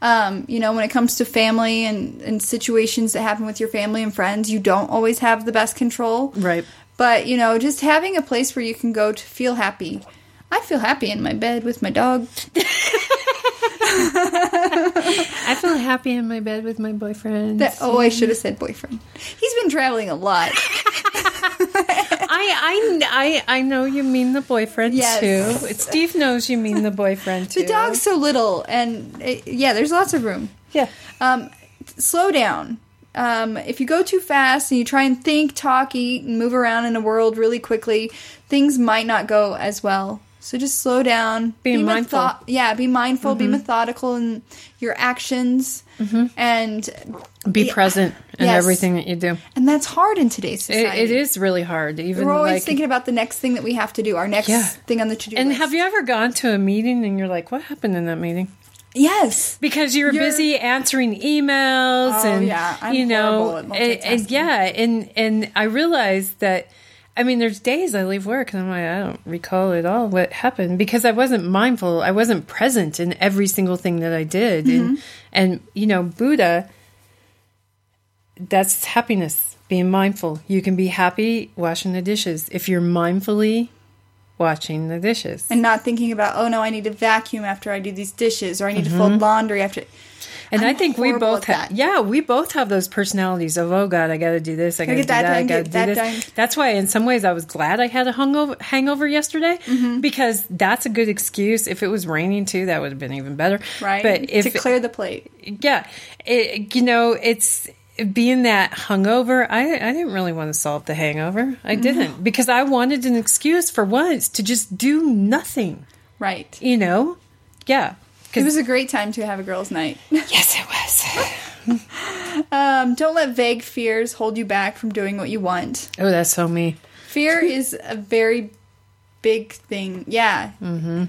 A: Um, you know, when it comes to family and, and situations that happen with your family and friends, you don't always have the best control.
C: Right.
A: But, you know, just having a place where you can go to feel happy. I feel happy in my bed with my dog.
C: I feel happy in my bed with my boyfriend.
A: That, oh, I should have said boyfriend. He's been traveling a lot.
C: I, I, I, I know you mean the boyfriend
A: Yes.
C: too. Steve knows you mean the boyfriend too.
A: The dog's so little, and uh, yeah, there's lots of room.
C: Yeah.
A: Um, slow down. Um, if you go too fast and you try and think, talk, eat, and move around in the world really quickly, things might not go as well. So just slow down.
C: Be mindful. Mm-hmm.
A: yeah, be mindful. Be methodical in your actions, and
C: Be present in
A: Yes.
C: everything that you do.
A: and that's hard in today's
C: It,
A: society.
C: it is really hard, even
A: We're always
C: like.
A: thinking about the next thing that we have to do, our next
C: Yeah.
A: thing on the to do.
C: and
A: list.
C: have you ever gone to a meeting and you're like, what happened in that meeting?
A: Yes.
C: Because you're,
A: You're-
C: busy answering emails
A: Oh,
C: and
A: yeah. I'm
C: you know,
A: horrible at
C: and- and
A: multitasking.
C: yeah, and and I realized that. I mean, there's days I leave work and I'm like, I don't recall at all what happened because I wasn't mindful. I wasn't present in every single thing that I did,
A: Mm-hmm.
C: and and you know, Buddha. That's happiness. Being mindful, you can be happy washing the dishes if you're mindfully washing the dishes.
A: and not thinking about oh no i need to vacuum after i do these dishes or i need to fold laundry after
C: Mm-hmm. And i
A: I'm
C: think we
A: horrible
C: both
A: at
C: have,
A: that.
C: yeah, we both have those personalities of oh god, I got to do this, I got to do
A: get that
C: that, I
A: done,
C: got to do
A: get that
C: this.
A: done.
C: That's why, in some ways, I was glad I had a hungover hangover yesterday
A: Mm-hmm.
C: because that's a good excuse. If it was raining too, that would have been even better,
A: right
C: But if
A: to clear the plate
C: yeah, it, you know, it's being that hungover. I I didn't really want to solve the hangover.
A: Mm-hmm.
C: I didn't because I wanted an excuse for once to just do nothing.
A: right
C: You know, yeah.
A: it
C: 'Cause-
A: was a great time to have a girls night
C: yes, it was.
A: um, don't let vague fears hold you back from doing what you want
C: oh, that's so me.
A: fear is a very big thing yeah mm-hmm.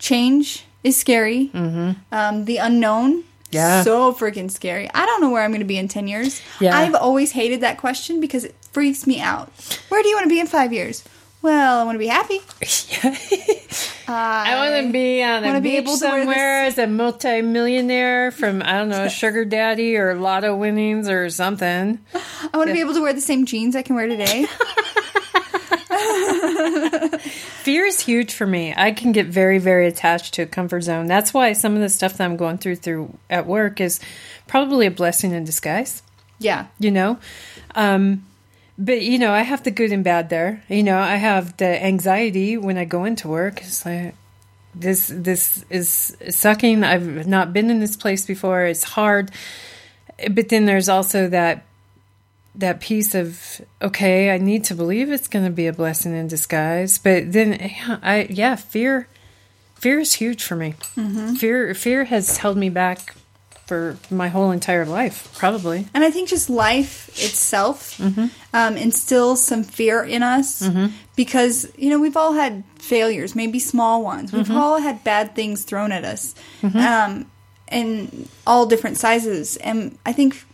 A: change is scary mm-hmm. um, the unknown
C: Yeah.
A: so freaking scary i don't know where i'm going to be in 10 years
C: Yeah.
A: i've always hated that question because it freaks me out where do you want to be in five years well i want to be happy
C: I want to be on
A: wanna
C: a
A: be
C: beach
A: able to wear
C: somewhere as a multimillionaire from I don't know sugar daddy or lotto winnings or something.
A: I want to be able to wear the same jeans I can wear today.
C: Fear is huge for me. I can get very very attached to a comfort zone. That's why some of the stuff that I'm going through through at work is probably a blessing in disguise.
A: yeah.
C: you know um but you know i have the good and bad there you know i have the anxiety when i go into work it's like this this is sucking. I've not been in this place before. It's hard. But then there's also that that piece of okay, I need to believe it's going to be a blessing in disguise. But then yeah, I yeah, fear fear is huge for me. Fear fear has held me back for my whole entire life, probably.
A: And I think just life itself um, instills some fear in us because, you know, we've all had failures, maybe small ones. We've all had bad things thrown at us um, in all different sizes. And I think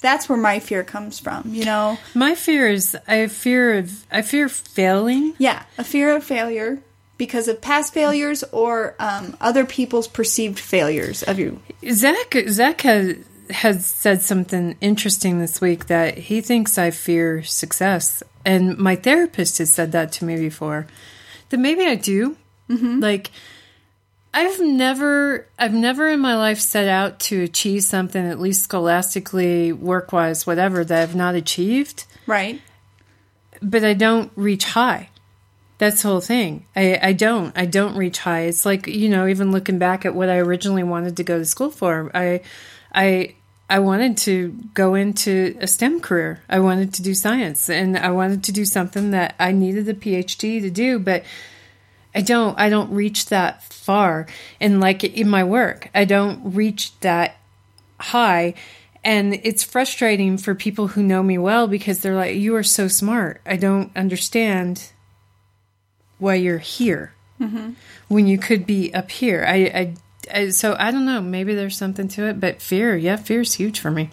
A: that's where my fear comes from, you know?
C: My fear is I fear of I fear failing.
A: Yeah, a fear of failure because of past failures or um, other people's perceived failures of you.
C: Zach Zach has has said something interesting this week that he thinks I fear success, and my therapist has said that to me before. That maybe I do. Like I've never I've never in my life set out to achieve something at least scholastically, work wise, whatever that I've not achieved
A: Right.
C: but I don't reach high. That's the whole thing. I, I don't. I don't reach high. It's like, you know, even looking back at what I originally wanted to go to school for, I I I wanted to go into a STEM career. I wanted to do science and I wanted to do something that I needed a PhD to do, but I don't I don't reach that far and like in my work. I don't reach that high and it's frustrating for people who know me well because they're like you are so smart. I don't understand why you're here Mm-hmm. when you could be up here. I, I I so I don't know, maybe there's something to it, but fear, yeah, fear's huge for me.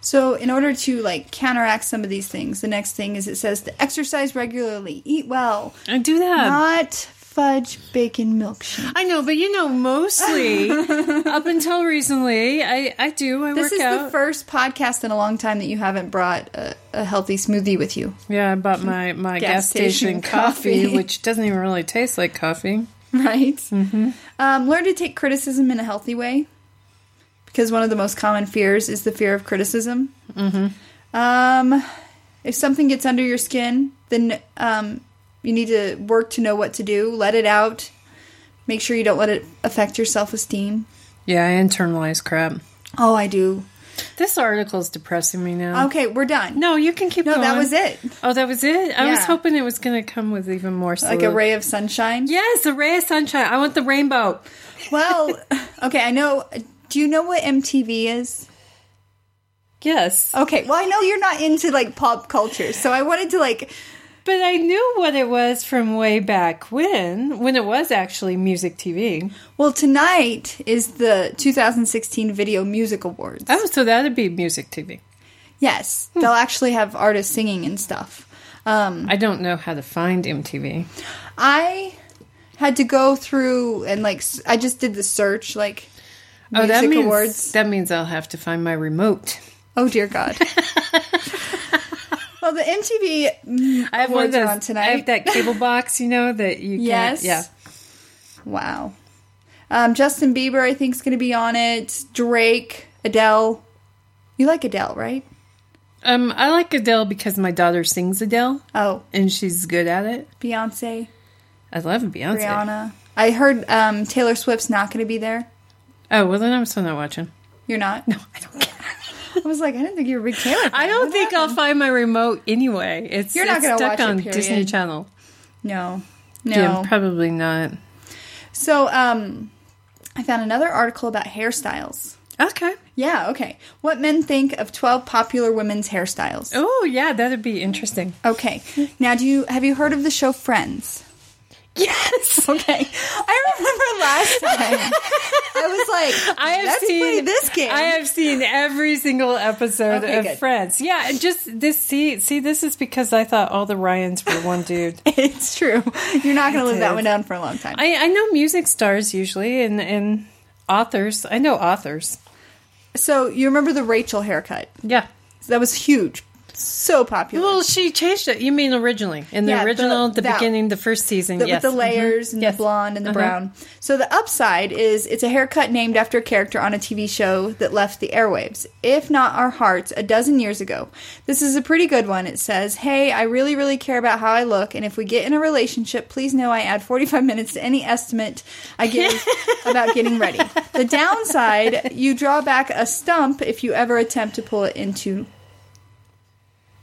A: So, in order to like counteract some of these things, the next thing is it says to exercise regularly, eat well,
C: I do that.
A: not fudge bacon milkshake.
C: I know, but you know, mostly up until recently, I, I do. I
A: This
C: work
A: is
C: out.
A: the first podcast in a long time that you haven't brought a, a healthy smoothie with you,
C: Yeah, I bought my, my gas,
A: Gas
C: station,
A: station
C: coffee,
A: coffee.
C: which doesn't even really taste like coffee.
A: right? Mm-hmm. Um, learn to take criticism in a healthy way because one of the most common fears is the fear of criticism. Mm-hmm. Um, if something gets under your skin, then um, you need to work to know what to do, let it out. Make sure you don't let it affect your self esteem.
C: Yeah, I internalize crap.
A: Oh, I do.
C: This article's depressing me now.
A: Oh. Okay, we're done.
C: Oh, No, you can keep
A: No,
C: going.
A: that was it.
C: Oh, that was it? I was
A: Yeah.
C: hoping it was going to come with even more.
A: Like a
C: solu-
A: ray of sunshine.
C: Yes, a ray of sunshine. I want the rainbow.
A: Well, okay, I know. Do you know what MTV is?
C: Yes.
A: Okay, well, I know you're not into like pop culture, so I wanted to like,
C: But I knew what it was from way back when, when it was actually music TV.
A: well, tonight is the 2016 Video Music Awards.
C: Oh, Hmm. so that'd be music TV.
A: Yes, they'll actually have artists singing and stuff. Um,
C: I don't know how to find MTV.
A: I had to go through and like, s- I just did the search, like,
C: oh, that
A: music
C: means
A: awards.
C: that means I'll have to find my remote.
A: Oh dear God. well, the MTV mm,
C: I have one
A: awards
C: of those,
A: are on tonight.
C: I have that cable box, you know, that you can
A: Yes.
C: yeah.
A: Wow. Um, Justin Bieber, I think, is going to be on it. Drake, Adele. You like Adele, right?
C: Um, I like Adele because my daughter sings Adele
A: Oh,
C: and she's good at it.
A: Beyonce,
C: I love Beyonce.
A: Rihanna. I heard um, Taylor Swift's not going to be there.
C: Oh well, then I'm still not watching.
A: You're not.
C: No, I don't care.
A: I was like, I didn't think you were a big Taylor. Fan.
C: I don't
A: What
C: think
A: happened?
C: I'll find my remote anyway. It's
A: You're not
C: it's
A: gonna
C: stuck
A: watch it,
C: on
A: period.
C: Disney Channel.
A: No, no.
C: Yeah, probably not.
A: so, um, I found another article about hairstyles.
C: Okay.
A: Yeah. Okay. What men think of twelve popular women's hairstyles.
C: Oh yeah, that'd be interesting.
A: Okay. Now, do you have you heard of the show Friends?
C: Yes.
A: Okay. I remember last time. I was like,
C: I have
A: let's
C: seen
A: play this game.
C: I have seen every single episode
A: Okay,
C: of
A: good.
C: Friends. Yeah, and just this. See, see, this is because I thought all the Ryans were one dude.
A: it's true. You're not going to live
C: is.
A: that one down for a long time.
C: I, I know music stars usually and and authors. I know authors.
A: so you remember the Rachel haircut?
C: Yeah.
A: That was huge so popular.
C: Well, she changed it. You mean originally in the
A: Yeah, the-
C: original, the,
A: that-
C: beginning, the first season?
A: the,
C: yes, mm-hmm.
A: with the layers and
C: Yes.
A: the blonde and the
C: Uh-huh.
A: brown. So the upside is it's a haircut named after a character on a TV show that left the airwaves, if not our hearts, a dozen years ago. This is a pretty good one. It says, "Hey, I really really care about how I look, and if we get in a relationship, please know I add 45 minutes to any estimate I give about getting ready. The downside, you draw back a stump if you ever attempt to pull it into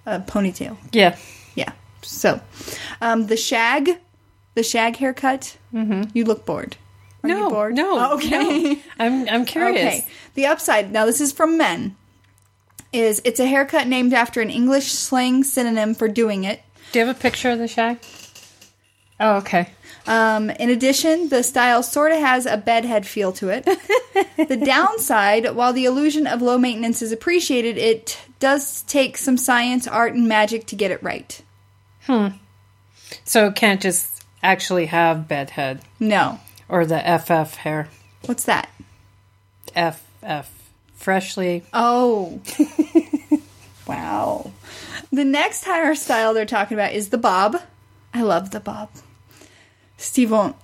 A: a ponytail."
C: Yeah,
A: Yeah. So, um, the shag, the shag haircut. Mm-hmm. You look bored. Are
C: no,
A: you bored?
C: no,
A: Oh, okay.
C: no. I'm I'm curious.
A: Okay. The upside. Now this is from men. Is it's a haircut named after an English slang synonym for doing it.
C: Do you have a picture of the shag? Oh, okay.
A: Um, in addition, the style sort of has a bedhead feel to it. the downside, while the illusion of low maintenance is appreciated, it does take some science, art, and magic to get it right.
C: So it can't just actually have bedhead
A: No.
C: or the FF hair.
A: What's that?
C: FF. Freshly.
A: Oh. wow. The next hairstyle they're talking about is the bob. I love the bob. Steve won't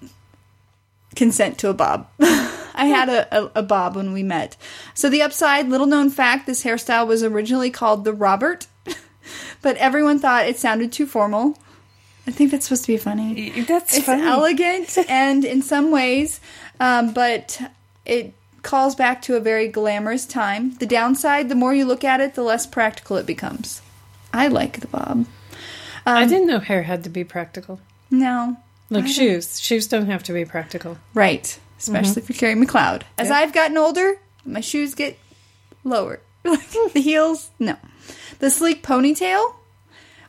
A: consent to a bob. I had a, a, a bob when we met. So, the upside, little known fact this hairstyle was originally called the Robert, but everyone thought it sounded too formal. I think that's supposed to be funny
C: That's
A: it's elegant and in some ways, um, but it calls back to a very glamorous time. The downside, the more you look at it, the less practical it becomes. I like the bob.
C: I didn't know hair had to be practical.
A: No,
C: Like shoes. Shoes don't have to be practical.
A: right, especially for Carrie McLeod. As I've gotten older, my shoes get lower. the heels, no. The sleek ponytail,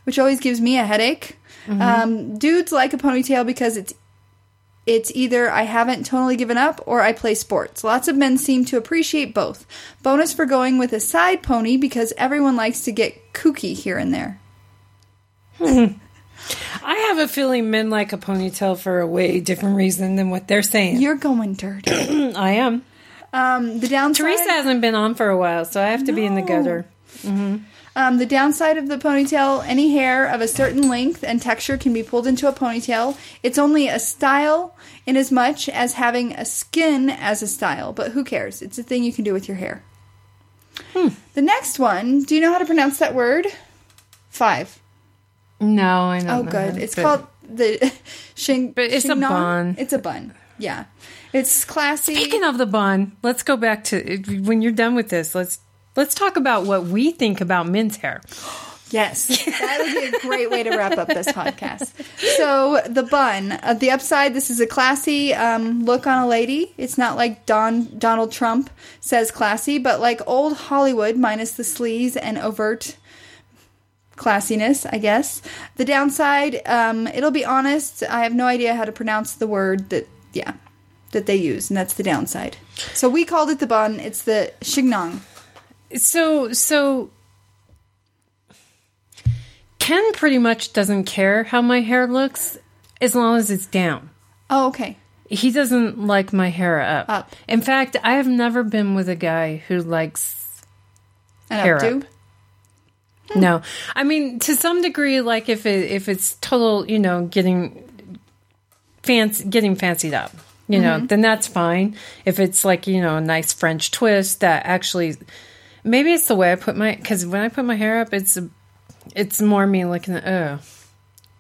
A: which always gives me a headache. Um, dudes like a ponytail because it's It's either I haven't totally given up or I play sports. Lots of men seem to appreciate both. Bonus for going with a side pony because everyone likes to get kooky here and there.
C: I have a feeling men like a ponytail for a way different reason than what they're saying.
A: You're going dirty.
C: I am.
A: Um, the downside.
C: Teresa hasn't been on for a while, so I have to be in the gutter.
A: Um, the downside of the ponytail, any hair of a certain length and texture can be pulled into a ponytail. It's only a style in as much as having a skin as a style, but who cares? It's a thing you can do with your hair.
C: Hmm.
A: The next one, do you know how to pronounce that word? Five.
C: No, I know.
A: Oh, good. It's called the shing.
C: But it's a
A: shingnon?
C: bun.
A: It's a bun. Yeah, it's classy.
C: Speaking of the bun, let's go back to when you're done with this. Let's let's talk about what we think about men's hair.
A: Yes, that would be a great way to wrap up this podcast. So the bun, uh, the upside. This is a classy um, look on a lady. It's not like Don Donald Trump says classy, but like old Hollywood, minus the sleaze and overt classiness, I guess. The downside, um, it'll be honest. I have no idea how to pronounce the word that. Yeah. That they use, and that's the downside. So we called it the bun. It's the shignong.
C: So so Ken pretty much doesn't care how my hair looks as long as it's down.
A: Oh, okay.
C: He doesn't like my hair up.
A: Up.
C: In fact, I have never been with a guy who likes
A: An
C: Hair
A: updo.
C: up. no. I mean, to some degree, like if it if it's total, you know, getting fancy, getting fancied up, you know, then that's fine. If it's like you know a nice French twist that actually, maybe it's the way I put my because when I put my hair up, it's it's more me looking at oh.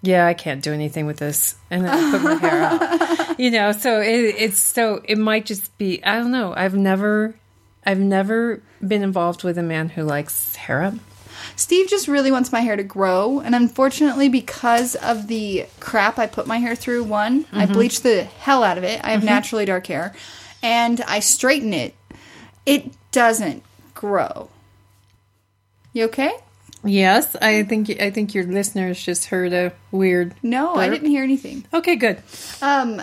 C: Yeah, I can't do anything with this, and then I put my hair up. You know, so it, it's so it might just be I don't know. I've never, I've never been involved with a man who likes hair up.
A: Steve just really wants my hair to grow, and unfortunately, because of the crap I put my hair through, one, I bleach the hell out of it. I have naturally dark hair, and I straighten it. It doesn't grow. You okay?
C: Yes, I think I think your listeners just heard a weird.
A: No, I
C: Burp.
A: didn't hear anything.
C: Okay, good.
A: Um,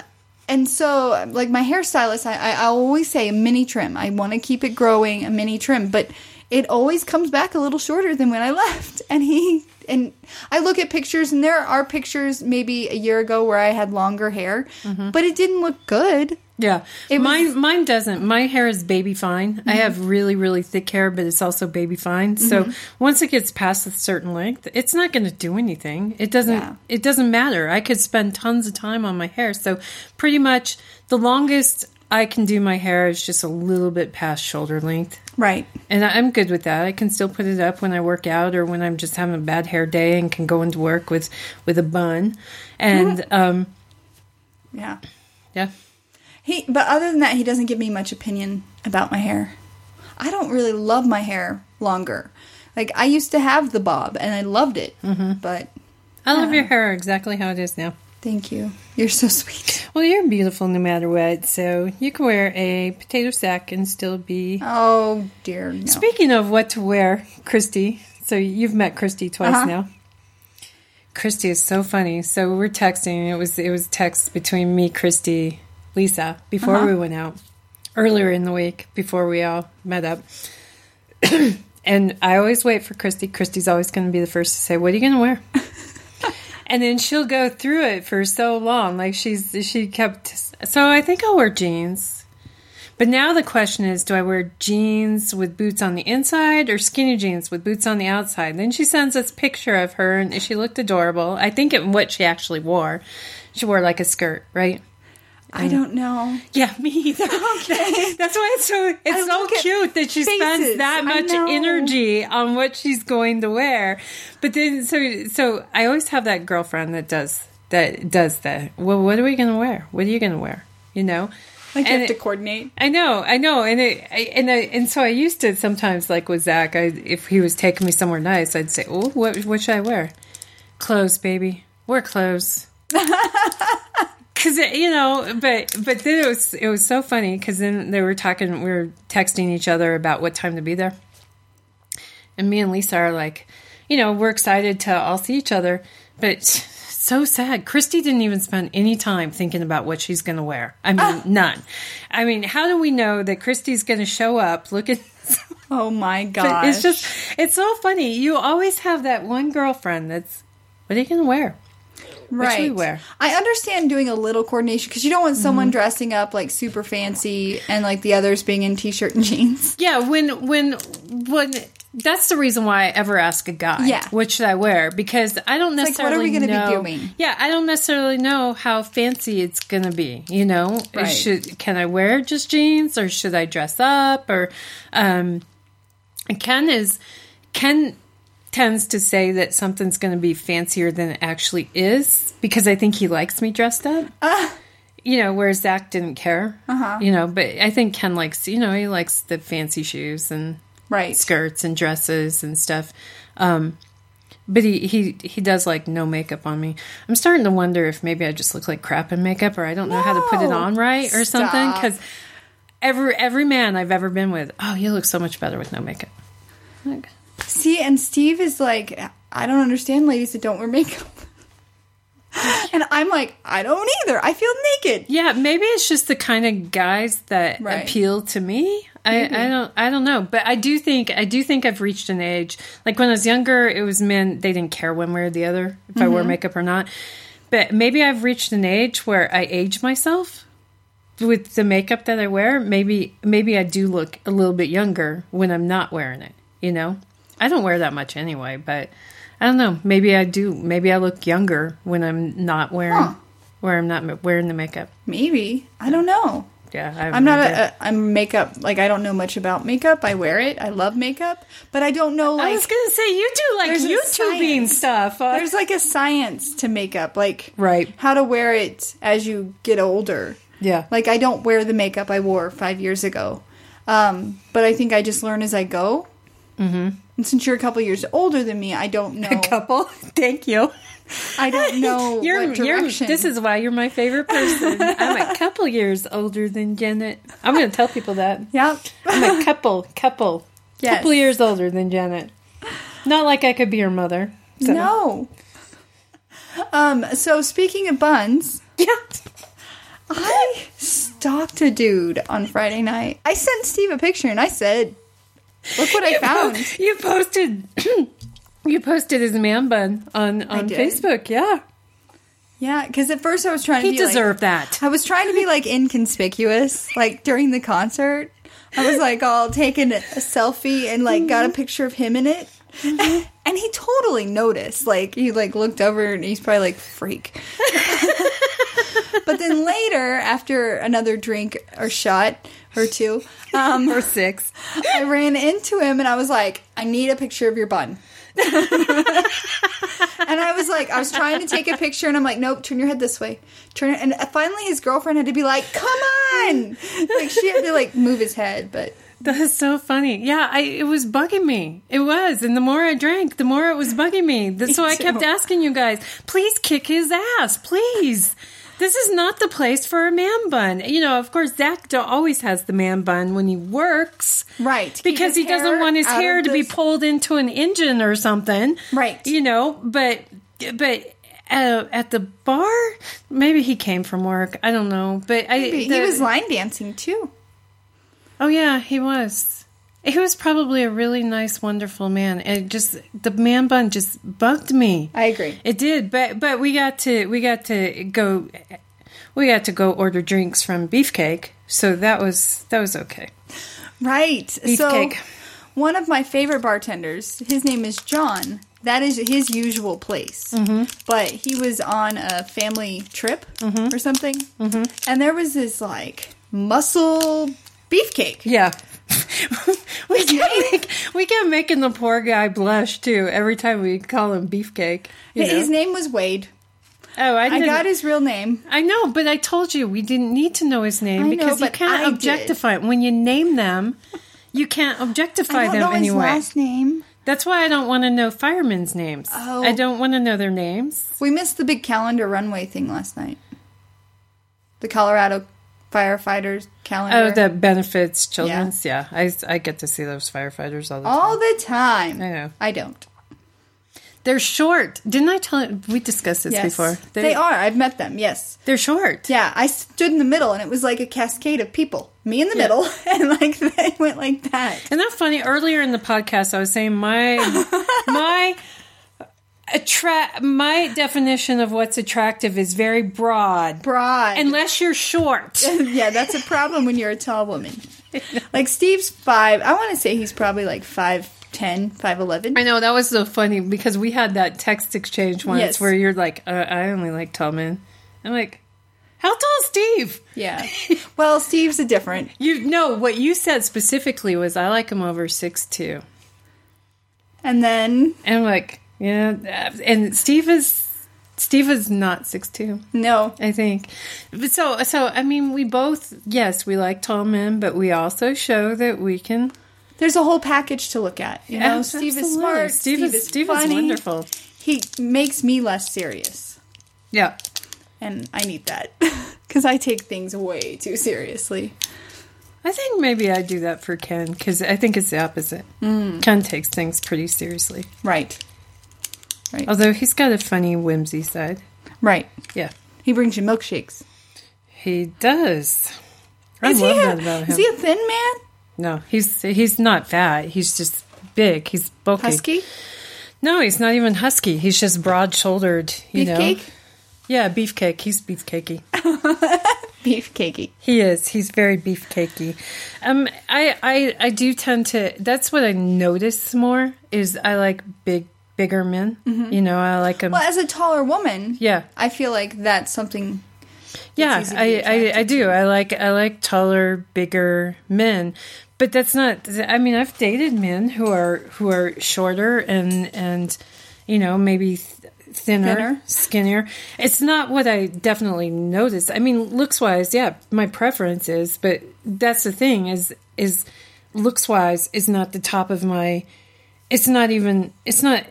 A: and so, like my hairstylist, I, I, I always say a mini trim. I want to keep it growing, a mini trim, but it always comes back a little shorter than when I left. And he and I look at pictures, and there are pictures maybe a year ago where I had longer hair, but it Mm-hmm. didn't look good.
C: Yeah. mine mine doesn't. My hair is baby fine. I have really really thick hair, but it's also baby fine.
A: Mm-hmm.
C: So once it gets past a certain length, it's not going to do anything. It doesn't
A: Yeah.
C: it doesn't matter. I could spend tons of time on my hair. So pretty much the longest I can do my hair is just a little bit past shoulder length.
A: Right.
C: And I- I'm good with that. I can still put it up when I work out or when I'm just having a bad hair day and can go into work with with a bun. And um
A: Yeah.
C: yeah.
A: He, but other than that, he doesn't give me much opinion about my hair. I don't really love my hair longer. Like I used to have the bob, and I loved it. But
C: I love your hair exactly how it is now.
A: thank you, you're so sweet.
C: Well, you're beautiful no matter what, so you can wear a potato sack and still be.
A: Oh dear, no.
C: Speaking of what to wear, Christy, so you've met Christy twice
A: Uh-huh.
C: now. Christy is so funny. So we're texting. It was it was text between me, Christy, Lisa before we went out earlier in the week before we all met up. and I always wait for Christy. Christy's always going to be the first to say, "What are you going to wear?" and then she'll go through it for so long. Like she's she kept. So I think I'll wear jeans. But now the question is, do I wear jeans with boots on the inside or skinny jeans with boots on the outside? Then she sends us picture of her, and she looked adorable. I think it what she actually wore. She wore like a skirt, right?
A: I don't know.
C: Yeah, me either. Okay. That's why it's so
A: I
C: it's so
A: look at
C: cute that she
A: faces.
C: spends that
A: I
C: much
A: know.
C: energy on what she's going to wear. But then so so I always have that girlfriend that does that does that. Well, what are we going to wear? What are you going to wear? You know?
A: Like you
C: And
A: have to
C: it-
A: coordinate.
C: I know, I know, and it, I, and I, and so I used to sometimes like with Zach, I, if he was taking me somewhere nice, I'd say, "Oh, what, what should I wear? Clothes, baby, wear clothes." Because you know, but but then it was it was so funny because then they were talking, we were texting each other about what time to be there, and me and Lisa are like, you know, we're excited to all see each other, but so sad. Christy didn't even spend any time thinking about what she's going to wear. I mean, none. I mean, how do we know that Christy's going to show up looking?
A: Oh my god,
C: it's just, it's so funny. You always have that one girlfriend that's, what are you going to wear?
A: right. Mm-hmm.
C: we wear.
A: I understand doing a little coordination because you don't want someone dressing up like super fancy and like the others being in t-shirt and jeans.
C: Yeah, when when when that's the reason why I ever ask a guy,
A: Yeah.
C: what should I wear? Because I don't
A: It's like, what are
C: necessarily
A: we gonna be
C: know-
A: doing?
C: Yeah, I don't necessarily know how fancy it's going to be. You know,
A: Right.
C: should can I wear just jeans or should I dress up or um, Ken is Ken tends to say that something's going to be fancier than it actually is because I think he likes me dressed up. You know, whereas Zach didn't care. You know, but I think Ken likes. You know, he likes the fancy shoes and
A: Right.
C: skirts and dresses and stuff. Um, but he, he he does like no makeup on me. I'm starting to wonder if maybe I just look like crap in makeup, or I don't know how to put it
A: No.
C: on right or something.
A: Stop.
C: Because every every man I've ever been with, oh, you look so much better with no makeup. Like,
A: See, and Steve is like, I don't understand ladies that don't wear makeup. and I'm like, I don't either. I feel naked.
C: Yeah, maybe it's just the kind of guys that
A: Right.
C: appeal to me. I, I don't I don't know, but I do think I do think I've reached an age. Like when I was younger, it was men they didn't care one way or the other if I
A: Mm-hmm.
C: wore makeup or not. But maybe I've reached an age where I age myself with the makeup that I wear. Maybe maybe I do look a little bit younger when I'm not wearing it. You know, I don't wear that much anyway, but I don't know. Maybe I do. Maybe I look younger when I'm not wearing
A: Huh.
C: where I'm not ma- wearing the makeup.
A: Maybe I don't know.
C: Yeah, I have
A: I'm
C: no
A: not
C: idea.
A: a, a I'm makeup like I don't know much about makeup. I wear it. I love makeup, but I don't know
C: I
A: like
C: was gonna say you do like
A: There's a
C: YouTubing
A: science.
C: stuff. Uh,
A: there's like a science to makeup, like
C: Right.
A: how to wear it as you get older.
C: Yeah.
A: like I don't wear the makeup I wore five years ago, um, but I think I just learn as I go. Mm-hmm. And since you're a couple years older than me, I don't know.
C: a couple. Thank you.
A: I don't know
C: You're,
A: what
C: you're-
A: direction.
C: this is why you're my favorite person. I'm a couple years older than Janet. I'm gonna tell people that.
A: Yep.
C: I'm a couple, couple,
A: Yes.
C: couple years older than Janet. Not like I could be her mother. So.
A: No. Um, so speaking of buns,
C: Yeah.
A: I stalked a dude on Friday night. I sent Steve a picture and I said, Look what I found.
C: You posted. You posted his man bun on on
A: did.
C: Facebook, yeah.
A: Yeah, because at first I was trying
C: He
A: to be like-
C: deserved that.
A: I was trying to be like inconspicuous, like during the concert. I was like all taking a selfie and like got
C: Mm-hmm.
A: a picture of him in it. And he totally noticed. Like he like looked over and he's probably like freak. but then later, after another drink or shot or two, um,
C: Or six.
A: I ran into him and I was like, I need a picture of your bun. and I was like, I was trying to take a picture and I'm like, nope, turn your head this way. Turn it. And finally his girlfriend had to be like, come on. Like she had to like move his head, but
C: That's so funny. Yeah, I it was bugging me. It was, and the more I drank, the more it was bugging me. Th- so I kept
A: too.
C: asking you guys, please kick his ass, please. This is not the place for a man bun. You know, of course, Zach do- always has the man bun when he works,
A: Right, keep
C: Because
A: his
C: he doesn't
A: hair
C: want his
A: out
C: hair
A: of
C: to be
A: this-
C: pulled into an engine or something,
A: Right.
C: You know, but but. Uh, at the bar, maybe he came from work. I don't know, but I
A: he
C: the-
A: was line dancing too.
C: Oh yeah, he was. He was probably a really nice, wonderful man. It just the man bun just bugged me.
A: I agree.
C: It did, but but we got to we got to go we got to go order drinks from Beefcake, so that was that was okay.
A: Right. so
C: cake.
A: one of my favorite bartenders, his name is John. That is his usual place.
C: Mm-hmm.
A: But he was on a family trip
C: Mm-hmm.
A: or something. And there was this like muscle beefcake.
C: Yeah. we kept make, we kept making the poor guy blush too every time we call him Beefcake. you know?
A: His name was Wade.
C: oh, I,
A: I
C: didn't,
A: got his real name.
C: I know, but I told you we didn't need to know his
A: I
C: name
A: know,
C: because you
A: but I
C: can't
A: did.
C: objectify it. When you name them, you can't
A: I
C: objectify
A: don't
C: them
A: know his
C: anyway.
A: last name.
C: That's why I don't want to know firemen's names.
A: Oh.
C: I don't want to know their names.
A: We missed the big calendar runway thing last night. The Colorado firefighters calendar.
C: Oh, that benefits children's. Yeah, I, I get to see those firefighters all the time.
A: all the time.
C: I know.
A: I don't.
C: They're short. Didn't I tell you? We discussed this
A: Yes.
C: before.
A: They, are. I've met them. Yes.
C: They're short.
A: Yeah. I stood in the middle and it was like a cascade of people. Me in the middle and like they went like that.
C: Isn't that funny? Earlier in the podcast, I was saying my my attract my definition of what's attractive is very broad.
A: Broad.
C: Unless you're short.
A: yeah, that's a problem when you're a tall woman. Like Steve's five. I want to say he's probably like five ten, five eleven.
C: I know that was so funny because we had that text exchange once
A: Yes.
C: where you're like, uh, "I only like tall men." I'm like, "How tall is Steve?"
A: Yeah. Well, Steve's a different.
C: You know what you said specifically was, "I like him over six two.
A: And then
C: And I'm like, "Yeah," uh, and Steve is Steve is not six two.
A: no,
C: I think. But so so I mean, we both yes, we like tall men, but we also show that we can.
A: there's a whole package to look at. You know,
C: Ab-
A: Steve is
C: absolutely.
A: smart.
C: Steve
A: Steve,
C: is-
A: is
C: Steve is
A: funny.
C: wonderful.
A: He makes me less serious.
C: Yeah.
A: and I need that because I take things way too seriously.
C: I think maybe I do that for Ken because I think it's the opposite.
A: Hmm.
C: Ken takes things pretty seriously,
A: Right,
C: although he's got a funny, whimsy side.
A: right.
C: Yeah,
A: He brings you milkshakes.
C: he does. I
A: is
C: love
A: he a,
C: that about him.
A: Is he a thin man?
C: no, he's he's not fat. He's just big. He's bulky.
A: Husky?
C: No, he's not even husky. He's just broad-shouldered. You know.
A: Beefcake?
C: Yeah, beefcake. He's beefcakey.
A: Beefcakey.
C: He is. He's very beefcakey. Um, I, I, I do tend to. That's what I notice more is I like big, bigger men. You know, I like them.
A: Well, as a taller woman,
C: Yeah.
A: I feel like that's something.
C: yeah,
A: easy to be
C: I, I, I do. I like, I like taller, bigger men. But that's not. I mean, I've dated men who are who are shorter and and you know maybe th- thinner,
A: Thinner.
C: skinnier. It's not what I definitely notice. I mean, looks wise, yeah, my preference is. But that's the thing is is looks wise is not the top of my. It's not even. It's not.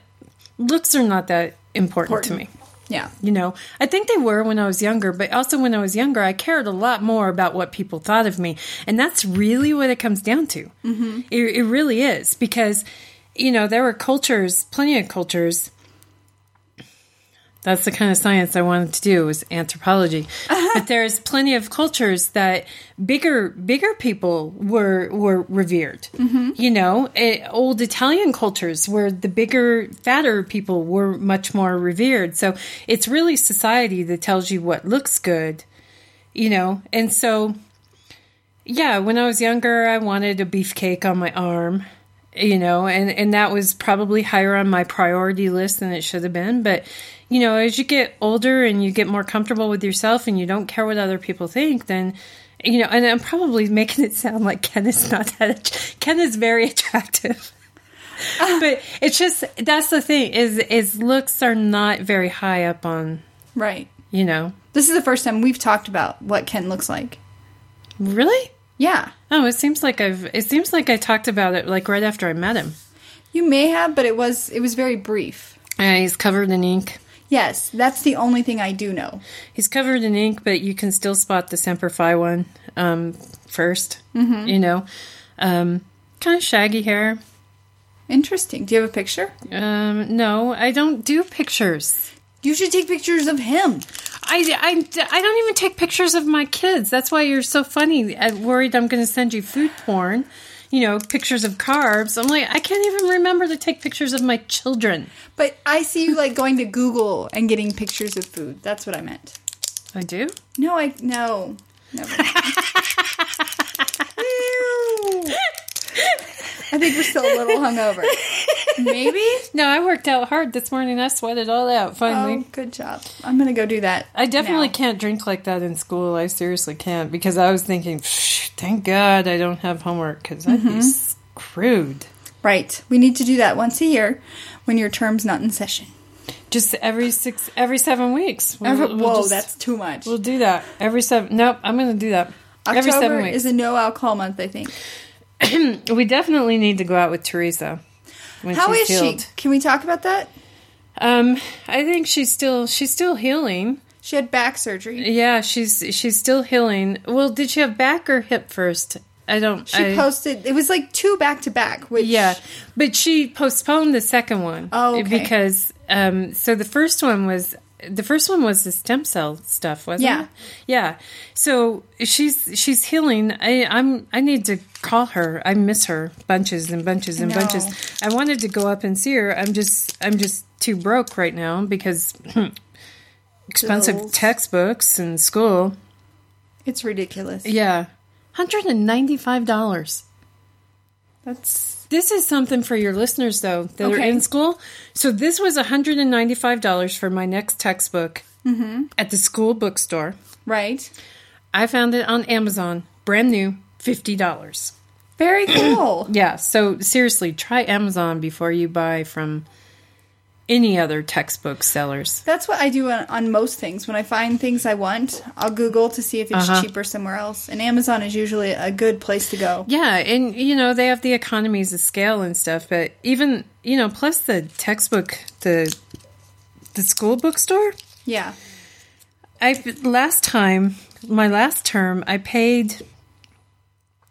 C: Looks are not that important. to me.
A: Yeah,
C: You know, I think they were when I was younger, but also when I was younger, I cared a lot more about what people thought of me. And that's really what it comes down to. Mm-hmm. It, it really is because, you know, there were cultures, plenty of cultures That's the kind of science I wanted to do was anthropology. but there's plenty of cultures that bigger bigger people were were revered. You know, eh, old Italian cultures where the bigger fatter people were much more revered. So it's really society that tells you what looks good. You know, and so yeah, when I was younger, I wanted a beefcake on my arm, you know, and, and that was probably higher on my priority list than it should have been. But, you know, as you get older and you get more comfortable with yourself and you don't care what other people think, then, you know, and I'm probably making it sound like Ken is not that, att- Ken is very attractive. but it's just that's the thing is is looks are not very high up on
A: Right.
C: you know
A: This is the first time we've talked about what Ken looks like.
C: really
A: Yeah.
C: oh it seems like I've it seems like I talked about it like right after I met him
A: You may have, but it was it was very brief.
C: Uh, he's covered in ink.
A: Yes, that's the only thing I do know.
C: He's covered in ink, but you can still spot the Semper Fi one um, 1st You know, um, kind of shaggy hair.
A: Interesting. Do you have a picture?
C: Um, no, I don't do pictures.
A: You should take pictures of him.
C: I, I, I don't even take pictures of my kids. That's why you're so funny. I'm worried I'm going to send you food porn. You know, pictures of carbs. I'm like, I can't even remember to take pictures of my children.
A: But I see you like going to Google and getting pictures of food. That's what I meant.
C: I do.
A: No, I no. Never. Ew. I think we're still a little hungover. Maybe.
C: No, I worked out hard this morning. I sweated all out finally.
A: Oh, good job. I'm gonna go do that.
C: I definitely
A: now.
C: can't drink like that in school. I seriously can't because I was thinking, "Psh, thank God I don't have homework because I'd
A: Mm-hmm.
C: be screwed.
A: Right. We need to do that once a year when your term's not in session.
C: Just every six, every seven weeks. We'll,
A: Ever-
C: we'll
A: Whoa,
C: just-
A: that's too much.
C: we'll do that every seven. Nope, I'm going to do that every seven
A: October
C: weeks.
A: is a no alcohol month, I think.
C: we definitely need to go out with Teresa. When
A: How is
C: she's healed.
A: she? Can we talk about that?
C: Um, I think she's still she's still healing.
A: She had back surgery.
C: Yeah, she's she's still healing. Well, did she have back or hip first? I don't.
A: She
C: I-
A: posted it was like two back to back, which
C: Yeah, but she postponed the second one.
A: Oh, okay.
C: because um, so the first one was the first one was the stem cell stuff, wasn't
A: Yeah.
C: it? Yeah. So she's she's healing. I, I'm I need to call her. I miss her bunches and bunches and
A: I know.
C: bunches. I wanted to go up and see her. I'm just I'm just too broke right now because expensive
A: Bills.
C: textbooks and school.
A: it's ridiculous.
C: Yeah. $195.
A: That's
C: This is something for your listeners, though, that are
A: Okay.
C: in school. So this was $195 for my next textbook at the school bookstore.
A: right.
C: I found it on Amazon, brand new, $50.
A: Very cool.
C: Yeah, so seriously, try Amazon before you buy from any other textbook sellers.
A: That's what I do on, on most things. When I find things I want, I'll Google to see if it's cheaper somewhere else. And Amazon is usually a good place to go.
C: Yeah, and you know, they have the economies of scale and stuff, but even, you know, plus the textbook, the the school bookstore,
A: Yeah.
C: I last time, my last term, I paid,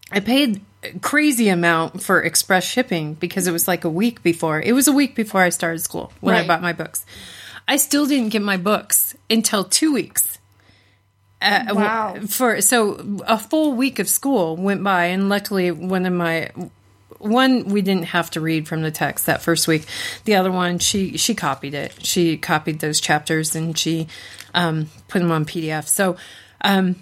C: I paid a crazy amount for express shipping because it was like a week before. It was a week before I started school when I
A: Right.
C: bought my books. I still didn't get my books until two weeks. Uh, w-
A: Wow.
C: For so a full week of school went by, and luckily one of my one we didn't have to read from the text that first week. The other one she she copied it. She copied those chapters and she um, put them on PDF. So um,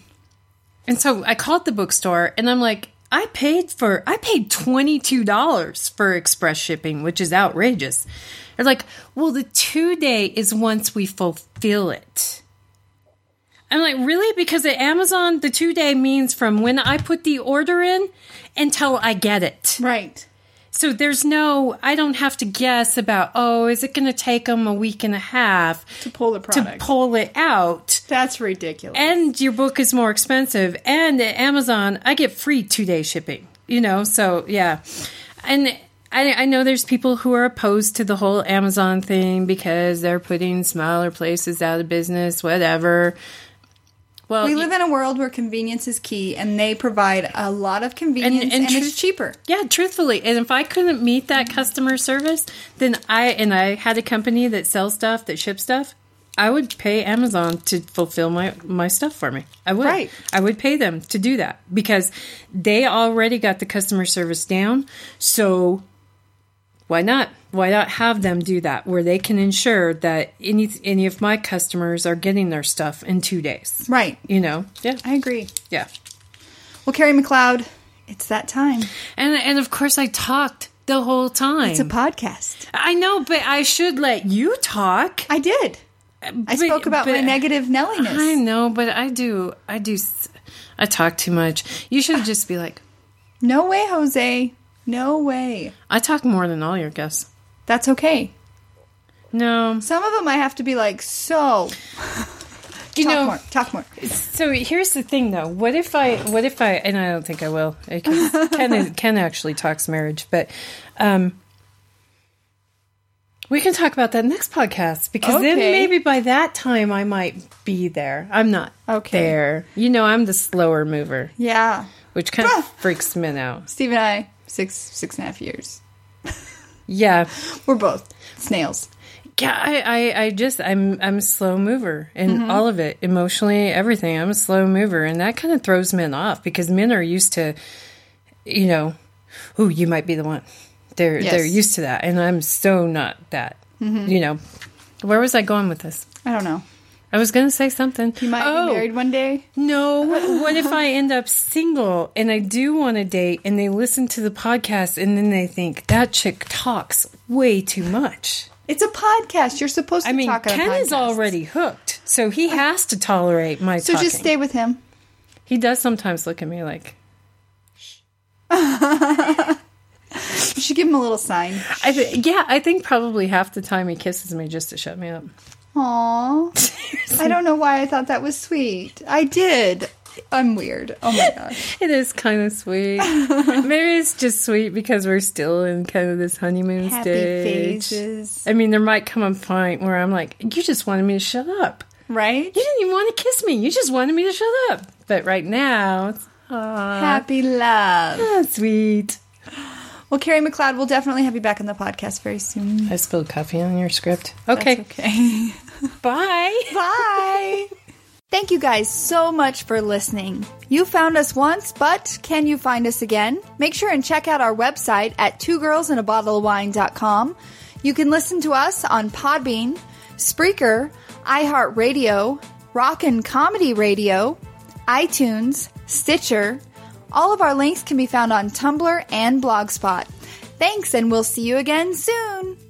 C: and so I called the bookstore and I'm like, I paid for I paid twenty two dollars for express shipping, which is outrageous. They're like, well, the two day is once we fulfill it. I'm like, really? Because at Amazon, the two day means from when I put the order in until I get it.
A: Right.
C: So there's no, I don't have to guess about, oh, is it going to take them a week and a half
A: To pull the
C: to
A: product.
C: pull it out?
A: That's ridiculous.
C: and your book is more expensive and at amazon i get free two-day shipping you know so yeah and I, I know there's people who are opposed to the whole amazon thing because they're putting smaller places out of business whatever well
A: we live in a world where convenience is key, and they provide a lot of convenience, and,
C: and
A: it's
C: truth-
A: cheaper.
C: yeah truthfully and if i couldn't meet that customer service then i and i had a company that sells stuff that ships stuff I would pay Amazon to fulfill my my stuff for me. I would.
A: Right.
C: I would pay them to do that because they already got the customer service down. So why not? Why not have them do that where they can ensure that any any of my customers are getting their stuff in 2 days.
A: Right.
C: You know? Yeah.
A: I agree.
C: Yeah.
A: Well, Carrie McLeod, it's that time.
C: And and of course I talked the whole time.
A: It's a podcast.
C: I know, but I should let you talk.
A: I did. I spoke about my negative Nelliness.
C: I know, but I do. I do. s- I talk too much. You should just be like,
A: No way, Jose. No way.
C: I talk more than all your guests.
A: That's okay.
C: No.
A: Some of them I have to be like, so.
C: You
A: talk
C: know-
A: more. Talk more.
C: So here's the thing, though. What if I? What if I? And I don't think I will. I can- Ken Ken actually talks marriage, but um, we can talk about that next podcast because then
A: Okay.
C: maybe by that time I might be there. I'm not
A: Okay.
C: there. You know, I'm the slower mover,
A: Yeah.
C: which kind of freaks men out.
A: Steve and I, six, six and a half years.
C: Yeah.
A: We're both snails.
C: Yeah, I, I, I just I'm I'm a slow mover in
A: Mm-hmm.
C: all of it, emotionally, everything. I'm a slow mover, and that kind of throws men off because men are used to, you know, ooh, you might be the one. They're
A: Yes. Mm-hmm.
C: they're used to that, and I'm so not that. You know, where was I going with this?
A: I don't know.
C: I was going to say something.
A: You might
C: Oh.
A: be married one day.
C: No, what, what if I end up single and I do want to date and they listen to the podcast and then they think that chick talks way too much.
A: It's a podcast. You're supposed to
C: I mean,
A: talk on a
C: Ken is
A: podcast.
C: already hooked, so he has to tolerate my
A: So
C: talking.
A: just stay with him.
C: He does sometimes look at me like
A: You should give him a little sign.
C: I th- yeah, I think probably half the time he kisses me just to shut me up.
A: Aw. I don't know why I thought that was sweet. I did. I'm weird. Oh my gosh.
C: It is kind of sweet. Maybe it's just sweet because we're still in kind of this honeymoon
A: Happy
C: stage.
A: phases.
C: I mean, there might come a point where I'm like, "You just wanted me to shut up.
A: Right?
C: You didn't even want to kiss me. You just wanted me to shut up." But right now, it's aw,
A: Happy love.
C: sweet.
A: Well, Carrie McLeod, we'll definitely have you back on the podcast very soon.
C: I spilled coffee on your script.
A: That's
C: Okay,
A: okay.
C: bye.
A: Bye. Thank you guys so much for listening. You found us once, but can you find us again? Make sure and check out our website at twogirlsinabottleofwine.com. You can listen to us on Podbean, Spreaker, iHeartRadio, Rockin' Comedy Radio, iTunes, Stitcher. All of our links can be found on Tumblr and Blogspot. Thanks, and we'll see you again soon.